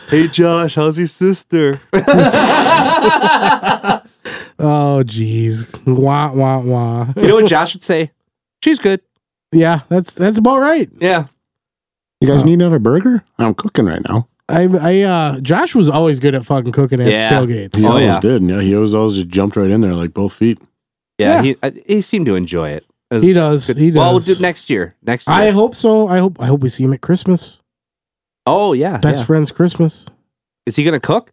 [SPEAKER 1] hey, Josh, how's your sister?
[SPEAKER 3] Oh, jeez. Wah wah wah.
[SPEAKER 1] <laughs> You know what Josh would say? She's good.
[SPEAKER 3] yeah, that's that's about right.
[SPEAKER 1] Yeah.
[SPEAKER 2] You guys
[SPEAKER 3] Oh.
[SPEAKER 2] need another burger? I'm cooking right now.
[SPEAKER 3] I, I, uh, Josh was always good at fucking cooking at
[SPEAKER 1] Yeah.
[SPEAKER 2] He
[SPEAKER 3] tailgates.
[SPEAKER 1] Oh,
[SPEAKER 2] always
[SPEAKER 1] yeah.
[SPEAKER 2] did. and Yeah, he always, always just jumped right in there, like both feet.
[SPEAKER 1] Yeah.
[SPEAKER 3] Yeah.
[SPEAKER 1] He, I, he seemed to enjoy it. It was
[SPEAKER 3] He does.
[SPEAKER 1] good.
[SPEAKER 3] He does.
[SPEAKER 1] Well, we'll do it next year. Next year.
[SPEAKER 3] I hope so. I hope. I hope we see him at Christmas.
[SPEAKER 1] oh, yeah.
[SPEAKER 3] Best
[SPEAKER 1] yeah.
[SPEAKER 3] friends Christmas.
[SPEAKER 1] Is he going to cook?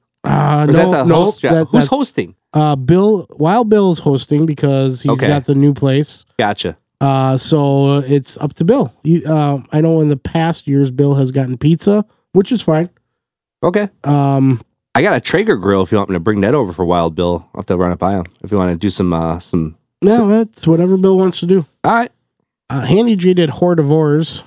[SPEAKER 1] Or
[SPEAKER 3] Uh, no,
[SPEAKER 1] is that the
[SPEAKER 3] no.
[SPEAKER 1] host job?
[SPEAKER 3] that-
[SPEAKER 1] Who's
[SPEAKER 3] that's-
[SPEAKER 1] hosting?
[SPEAKER 3] Uh, Bill. Wild Bill's hosting because he's
[SPEAKER 1] Okay.
[SPEAKER 3] got the new place.
[SPEAKER 1] Gotcha.
[SPEAKER 3] Uh, so it's um, up to Bill. You, uh, I know in the past years Bill has gotten pizza, which is fine.
[SPEAKER 1] Okay.
[SPEAKER 3] Um,
[SPEAKER 1] I got a Traeger grill if you want me to bring that over for Wild Bill. I'll have to run it by him if you want to do some uh some
[SPEAKER 3] no, that's whatever Bill wants to do.
[SPEAKER 1] all right.
[SPEAKER 3] Uh, Handy G did Hordivores.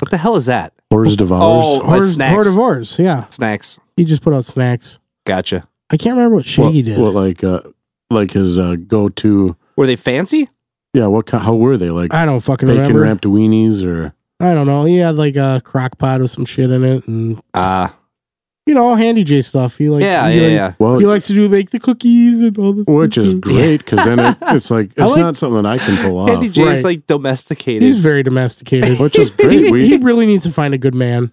[SPEAKER 1] What the hell is that?
[SPEAKER 2] Horrors devours.
[SPEAKER 1] Oh, like
[SPEAKER 3] Hord-
[SPEAKER 1] snacks.
[SPEAKER 3] Hordivores, yeah.
[SPEAKER 1] Snacks.
[SPEAKER 3] He just put out snacks.
[SPEAKER 1] Gotcha.
[SPEAKER 3] I can't remember what Shaggy
[SPEAKER 2] what,
[SPEAKER 3] did.
[SPEAKER 2] what, like uh, like his uh, go to?
[SPEAKER 1] Were they fancy?
[SPEAKER 2] Yeah, what kind, how were they like?
[SPEAKER 3] I don't fucking
[SPEAKER 2] Bacon
[SPEAKER 3] remember.
[SPEAKER 2] wrapped weenies or
[SPEAKER 3] I don't know. He had like a crock pot with some shit in it and
[SPEAKER 1] Uh
[SPEAKER 3] you know, Handy J stuff. He like
[SPEAKER 1] yeah,
[SPEAKER 3] he
[SPEAKER 1] yeah,
[SPEAKER 3] like-
[SPEAKER 1] yeah.
[SPEAKER 2] well,
[SPEAKER 3] He likes to do make the cookies and all the
[SPEAKER 2] which is great because then
[SPEAKER 3] <laughs>
[SPEAKER 2] it, it's like it's
[SPEAKER 3] I like-
[SPEAKER 2] not something I can pull off.
[SPEAKER 1] Andy J is
[SPEAKER 3] right.
[SPEAKER 1] like domesticated.
[SPEAKER 3] He's very
[SPEAKER 2] <laughs>
[SPEAKER 3] domesticated.
[SPEAKER 2] Which is great. We,
[SPEAKER 3] he really needs to find a good man.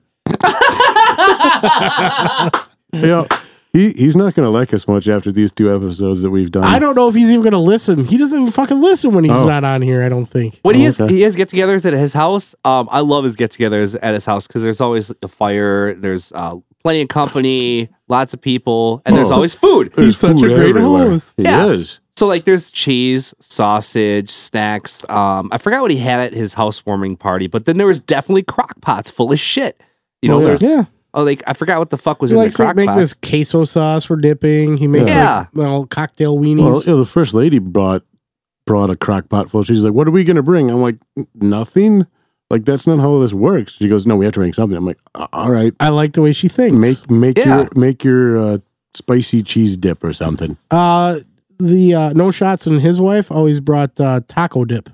[SPEAKER 2] you know, he he's not going to like us much after these two episodes that we've done.
[SPEAKER 3] I don't know if he's even going to listen. He doesn't even fucking listen when he's
[SPEAKER 2] Hmm. Oh.
[SPEAKER 3] not on here. I don't think.
[SPEAKER 1] When he
[SPEAKER 2] Oh,
[SPEAKER 1] has
[SPEAKER 2] okay.
[SPEAKER 1] he has get-togethers at his house, um, I love his get-togethers at his house because there's always a fire, there's uh, plenty of company, lots of people, and there's
[SPEAKER 2] Oh.
[SPEAKER 1] always
[SPEAKER 3] <laughs>
[SPEAKER 1] food.
[SPEAKER 2] There's
[SPEAKER 3] He's such
[SPEAKER 2] food
[SPEAKER 3] a great
[SPEAKER 2] everywhere.
[SPEAKER 3] host.
[SPEAKER 2] He
[SPEAKER 1] Yeah.
[SPEAKER 2] is.
[SPEAKER 1] So like, there's cheese, sausage, snacks. Um, I forgot what he had at his housewarming party, but then there was definitely crock pots full of shit. You know,
[SPEAKER 2] Oh, yeah.
[SPEAKER 1] there's
[SPEAKER 3] Yeah,
[SPEAKER 1] oh, like I forgot what the fuck was
[SPEAKER 3] he
[SPEAKER 1] in
[SPEAKER 3] likes
[SPEAKER 1] the
[SPEAKER 3] to
[SPEAKER 1] crock
[SPEAKER 3] make
[SPEAKER 1] pot.
[SPEAKER 3] this queso sauce for dipping. He makes
[SPEAKER 1] Yeah.
[SPEAKER 3] like, well cocktail weenies.
[SPEAKER 2] Well, yeah, the first lady brought brought a crock pot full. She's like, "What are we going to bring?" I'm like, "Nothing." Like that's not how this works. She goes, "No, we have to bring something." I'm like, "A- "All right,
[SPEAKER 3] I like the way she thinks.
[SPEAKER 2] make make
[SPEAKER 1] Yeah.
[SPEAKER 2] your make your uh, spicy cheese dip or something."
[SPEAKER 3] uh, the uh, no shots and his wife always brought uh, taco dip.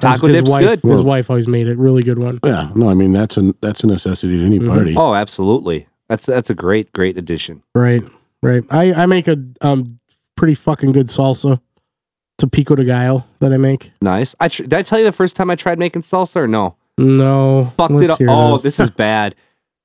[SPEAKER 1] Taco
[SPEAKER 3] his,
[SPEAKER 1] dip's
[SPEAKER 3] his wife,
[SPEAKER 1] good.
[SPEAKER 3] His wife always made it. Really good one.
[SPEAKER 2] Yeah, no, I mean that's a that's a necessity to any
[SPEAKER 3] Mhm.
[SPEAKER 2] party.
[SPEAKER 1] oh, absolutely. That's that's a great great addition.
[SPEAKER 3] Right, right. I, I make a um pretty fucking good salsa to pico de gallo that I make.
[SPEAKER 1] Nice. I tr- did I tell you the first time I tried making salsa or no?
[SPEAKER 3] No,
[SPEAKER 1] fucked
[SPEAKER 3] let's
[SPEAKER 1] it up.
[SPEAKER 3] hear
[SPEAKER 1] Oh, this is bad.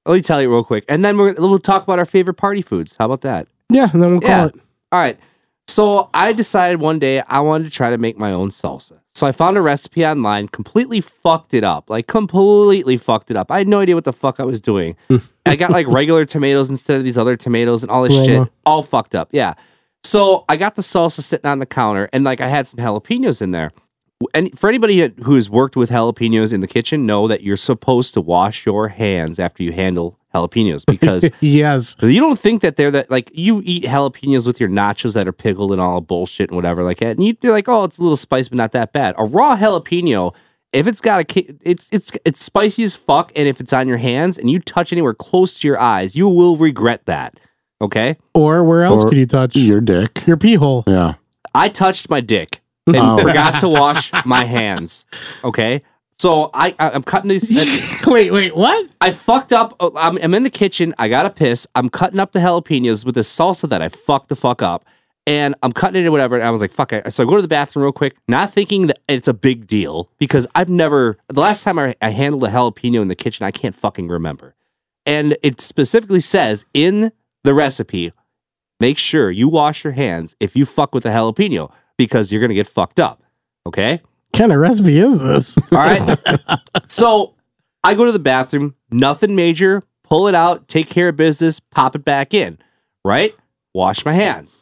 [SPEAKER 1] Let me tell you real quick, and then we're, we'll talk about our favorite party foods. How about that?
[SPEAKER 3] yeah, and then we'll call
[SPEAKER 1] Yeah.
[SPEAKER 3] it.
[SPEAKER 1] All right. So I decided one day I wanted to try to make my own salsa. So I found a recipe online, completely fucked it up. Like completely fucked it up. I had no idea what the fuck I was doing. I got like regular tomatoes instead of these other tomatoes and all this shit.
[SPEAKER 3] Roma.
[SPEAKER 1] All fucked up. Yeah. So I got the salsa sitting on the counter and like I had some jalapenos in there. And for anybody who has worked with jalapenos in the kitchen, know that you're supposed to wash your hands after you handle jalapenos because
[SPEAKER 3] Yes.
[SPEAKER 1] You don't think that they're that like you eat jalapenos with your nachos that are pickled and all bullshit and whatever like that, and you, you're like, oh, it's a little spice, but not that bad. A raw jalapeno, if it's got a, ki- it's it's it's spicy as fuck, and if it's on your hands and you touch anywhere close to your eyes, you will regret that. Okay,
[SPEAKER 3] Or where else
[SPEAKER 2] Or-
[SPEAKER 3] could you touch your,
[SPEAKER 2] Your dick.
[SPEAKER 3] pee hole?
[SPEAKER 2] Yeah.
[SPEAKER 1] I touched my dick and
[SPEAKER 2] Oh.
[SPEAKER 1] forgot to wash my hands. Okay, so I, I I'm cutting
[SPEAKER 3] <laughs>
[SPEAKER 1] uh, these.
[SPEAKER 3] <laughs> wait, wait, what?
[SPEAKER 1] I fucked up. oh, I'm, I'm in the kitchen. I got to piss. I'm cutting up the jalapenos with this salsa that I fucked the fuck up. And I'm cutting it or whatever. And I was like, fuck it. So I go to the bathroom real quick, not thinking that it's a big deal because I've never, the last time I, I handled a jalapeno in the kitchen, I can't fucking remember. And it specifically says in the recipe, make sure you wash your hands if you fuck with a jalapeno because you're going to get fucked up. Okay.
[SPEAKER 3] kind of recipe is this?
[SPEAKER 1] All right. so I go to the bathroom, nothing major, pull it out, take care of business, pop it back in, right? Wash my hands.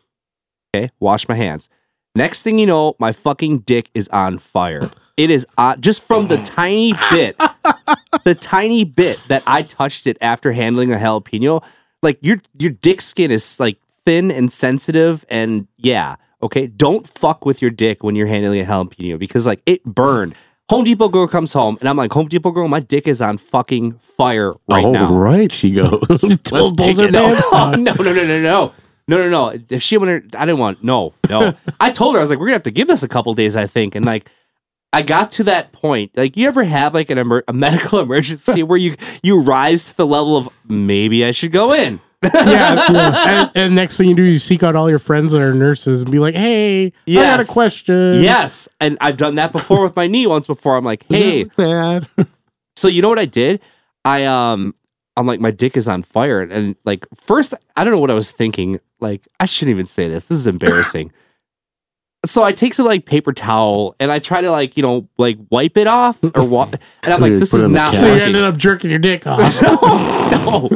[SPEAKER 1] Okay, wash my hands. Next thing you know, my fucking dick is on fire. It is on, just from the tiny bit, the tiny bit that I touched it after handling a jalapeno. Like your your dick skin is like thin and sensitive, and yeah, okay. Don't fuck with your dick when you're handling a jalapeno because like it burned. Home Depot girl comes home, and I'm like, Home Depot girl, my dick is on fucking fire right
[SPEAKER 2] oh,
[SPEAKER 1] now.
[SPEAKER 2] right.
[SPEAKER 1] <laughs>
[SPEAKER 2] She goes. Let's
[SPEAKER 3] pulls
[SPEAKER 2] take
[SPEAKER 3] her
[SPEAKER 2] it
[SPEAKER 1] No,
[SPEAKER 2] out.
[SPEAKER 1] <laughs>
[SPEAKER 3] pants
[SPEAKER 1] no, no, no, no, no, no. No, no, no. If she went, her- I didn't want. No, no. I told her I was like, we're gonna have to give this a couple days, I think. And like, I got to that point. Like, you ever have like an emer- a medical <laughs> emergency where you you rise to the level of maybe I should go in.
[SPEAKER 3] <laughs> yeah. yeah. And, and next thing you do, you seek out all your friends that are nurses and be like, "Hey, I got
[SPEAKER 1] Yes.
[SPEAKER 3] a question."
[SPEAKER 1] Yes, and I've done that before with my knee once before. I'm
[SPEAKER 2] Mm-hmm.
[SPEAKER 1] like, hey,
[SPEAKER 2] Bad. <laughs>
[SPEAKER 1] So you know what I did? I um I'm like my dick is on fire and, and, like first I don't know what I was thinking. Like I shouldn't even say this. This is
[SPEAKER 2] <laughs>
[SPEAKER 1] embarrassing. so I take some like paper towel and I try to like, you know, like wipe it off or
[SPEAKER 2] <laughs>
[SPEAKER 1] what and I'm like
[SPEAKER 2] You
[SPEAKER 1] this
[SPEAKER 2] put
[SPEAKER 1] is
[SPEAKER 2] it in the
[SPEAKER 1] not
[SPEAKER 3] So you
[SPEAKER 2] Yes.
[SPEAKER 1] working.
[SPEAKER 3] ended up jerking your dick off.
[SPEAKER 1] no, no.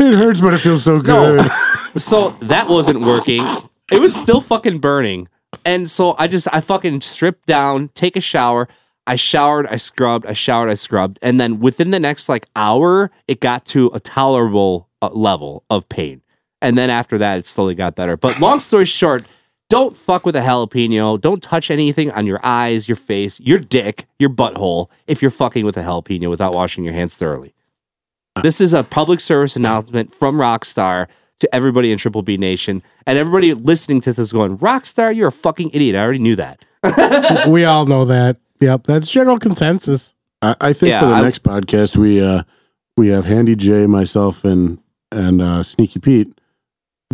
[SPEAKER 2] It hurts, but it feels so good.
[SPEAKER 1] <laughs> so that wasn't working. It was still fucking burning. And so I just I fucking strip down, take a shower. I showered, I scrubbed, I showered, I scrubbed, and then within the next like hour, it got to a tolerable uh, level of pain, and then after that, it slowly got better. But long story short, don't fuck with a jalapeno. Don't touch anything on your eyes, your face, your dick, your butthole if you're fucking with a jalapeno without washing your hands thoroughly. This is a public service announcement from Rockstar to everybody in Triple B Nation and everybody listening to this going, Rockstar, you're a fucking idiot. I already knew that.
[SPEAKER 3] <laughs> we all know that. Yep, that's general consensus.
[SPEAKER 2] I, I think
[SPEAKER 1] Yeah,
[SPEAKER 2] for the
[SPEAKER 1] I-
[SPEAKER 2] next podcast we uh we have Handy J, myself, and and uh, Sneaky Pete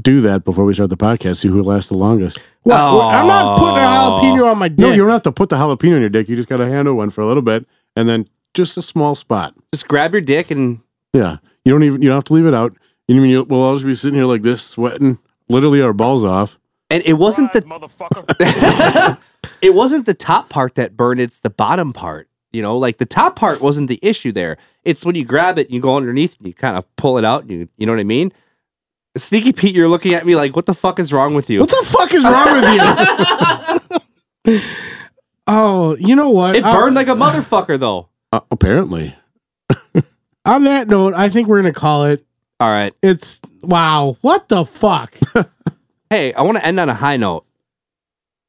[SPEAKER 2] do that before we start the podcast. See who lasts the longest.
[SPEAKER 3] What, what- I'm not putting a
[SPEAKER 1] Oh.
[SPEAKER 3] jalapeno on my dick.
[SPEAKER 2] No, you don't have to put the jalapeno in your dick. You just got to handle one for a little bit, and then just a small spot.
[SPEAKER 1] Just grab your dick and
[SPEAKER 2] Yeah, you don't even you don't have to leave it out. You know, what I mean, You- we'll always be sitting here like this, sweating literally our balls off.
[SPEAKER 1] and it wasn't the
[SPEAKER 4] motherfucker?
[SPEAKER 1] <laughs> it wasn't the top part that burned, it's the bottom part. You know, like the top part wasn't the issue there. It's when you grab it and you go underneath and you kind of pull it out and you you know what I mean? Sneaky Pete, you're looking at me like, what the fuck is wrong with you?
[SPEAKER 3] What the fuck is wrong with you? <laughs> oh, you know what?
[SPEAKER 1] it burned like a motherfucker though.
[SPEAKER 2] Uh, apparently,
[SPEAKER 3] Uh, On that note, I think we're gonna call it.
[SPEAKER 1] All right.
[SPEAKER 3] It's wow. What the fuck? <laughs>
[SPEAKER 1] Hey, I want to end on a high note.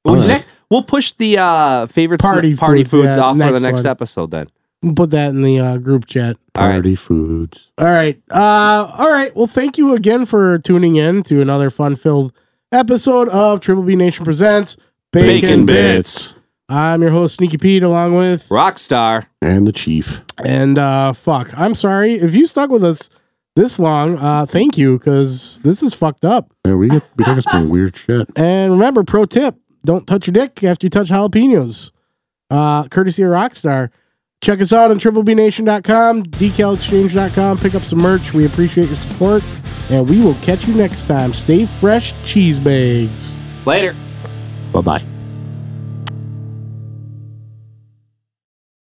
[SPEAKER 1] We'll,
[SPEAKER 2] All right.
[SPEAKER 1] next, we'll push the uh, favorite party,
[SPEAKER 3] Party
[SPEAKER 1] party
[SPEAKER 3] foods,
[SPEAKER 1] foods,
[SPEAKER 3] yeah,
[SPEAKER 1] off for
[SPEAKER 3] next
[SPEAKER 1] the next
[SPEAKER 3] one.
[SPEAKER 1] episode. Then,
[SPEAKER 3] Put that in the uh, group chat.
[SPEAKER 1] all right.
[SPEAKER 2] party foods.
[SPEAKER 3] All right. Uh, all right. Well, thank you again for tuning in to another fun-filled episode of Triple B Nation presents Bacon,
[SPEAKER 1] Bacon
[SPEAKER 3] Bits. I'm your host Sneaky Pete, along with
[SPEAKER 1] Rockstar.
[SPEAKER 2] and the chief.
[SPEAKER 3] and uh, fuck. I'm sorry if you stuck with us this long. Uh, thank you because this is fucked up.
[SPEAKER 2] Yeah, we get we talking some <laughs> weird shit.
[SPEAKER 3] And remember, pro tip: don't touch your dick after you touch jalapenos. Uh, courtesy of Rockstar. Check us out on triplebnation.com, decalexchange.com. Pick up some merch. We appreciate your support, and we will catch you next time. Stay fresh, cheese bags.
[SPEAKER 1] Later.
[SPEAKER 2] Bye bye.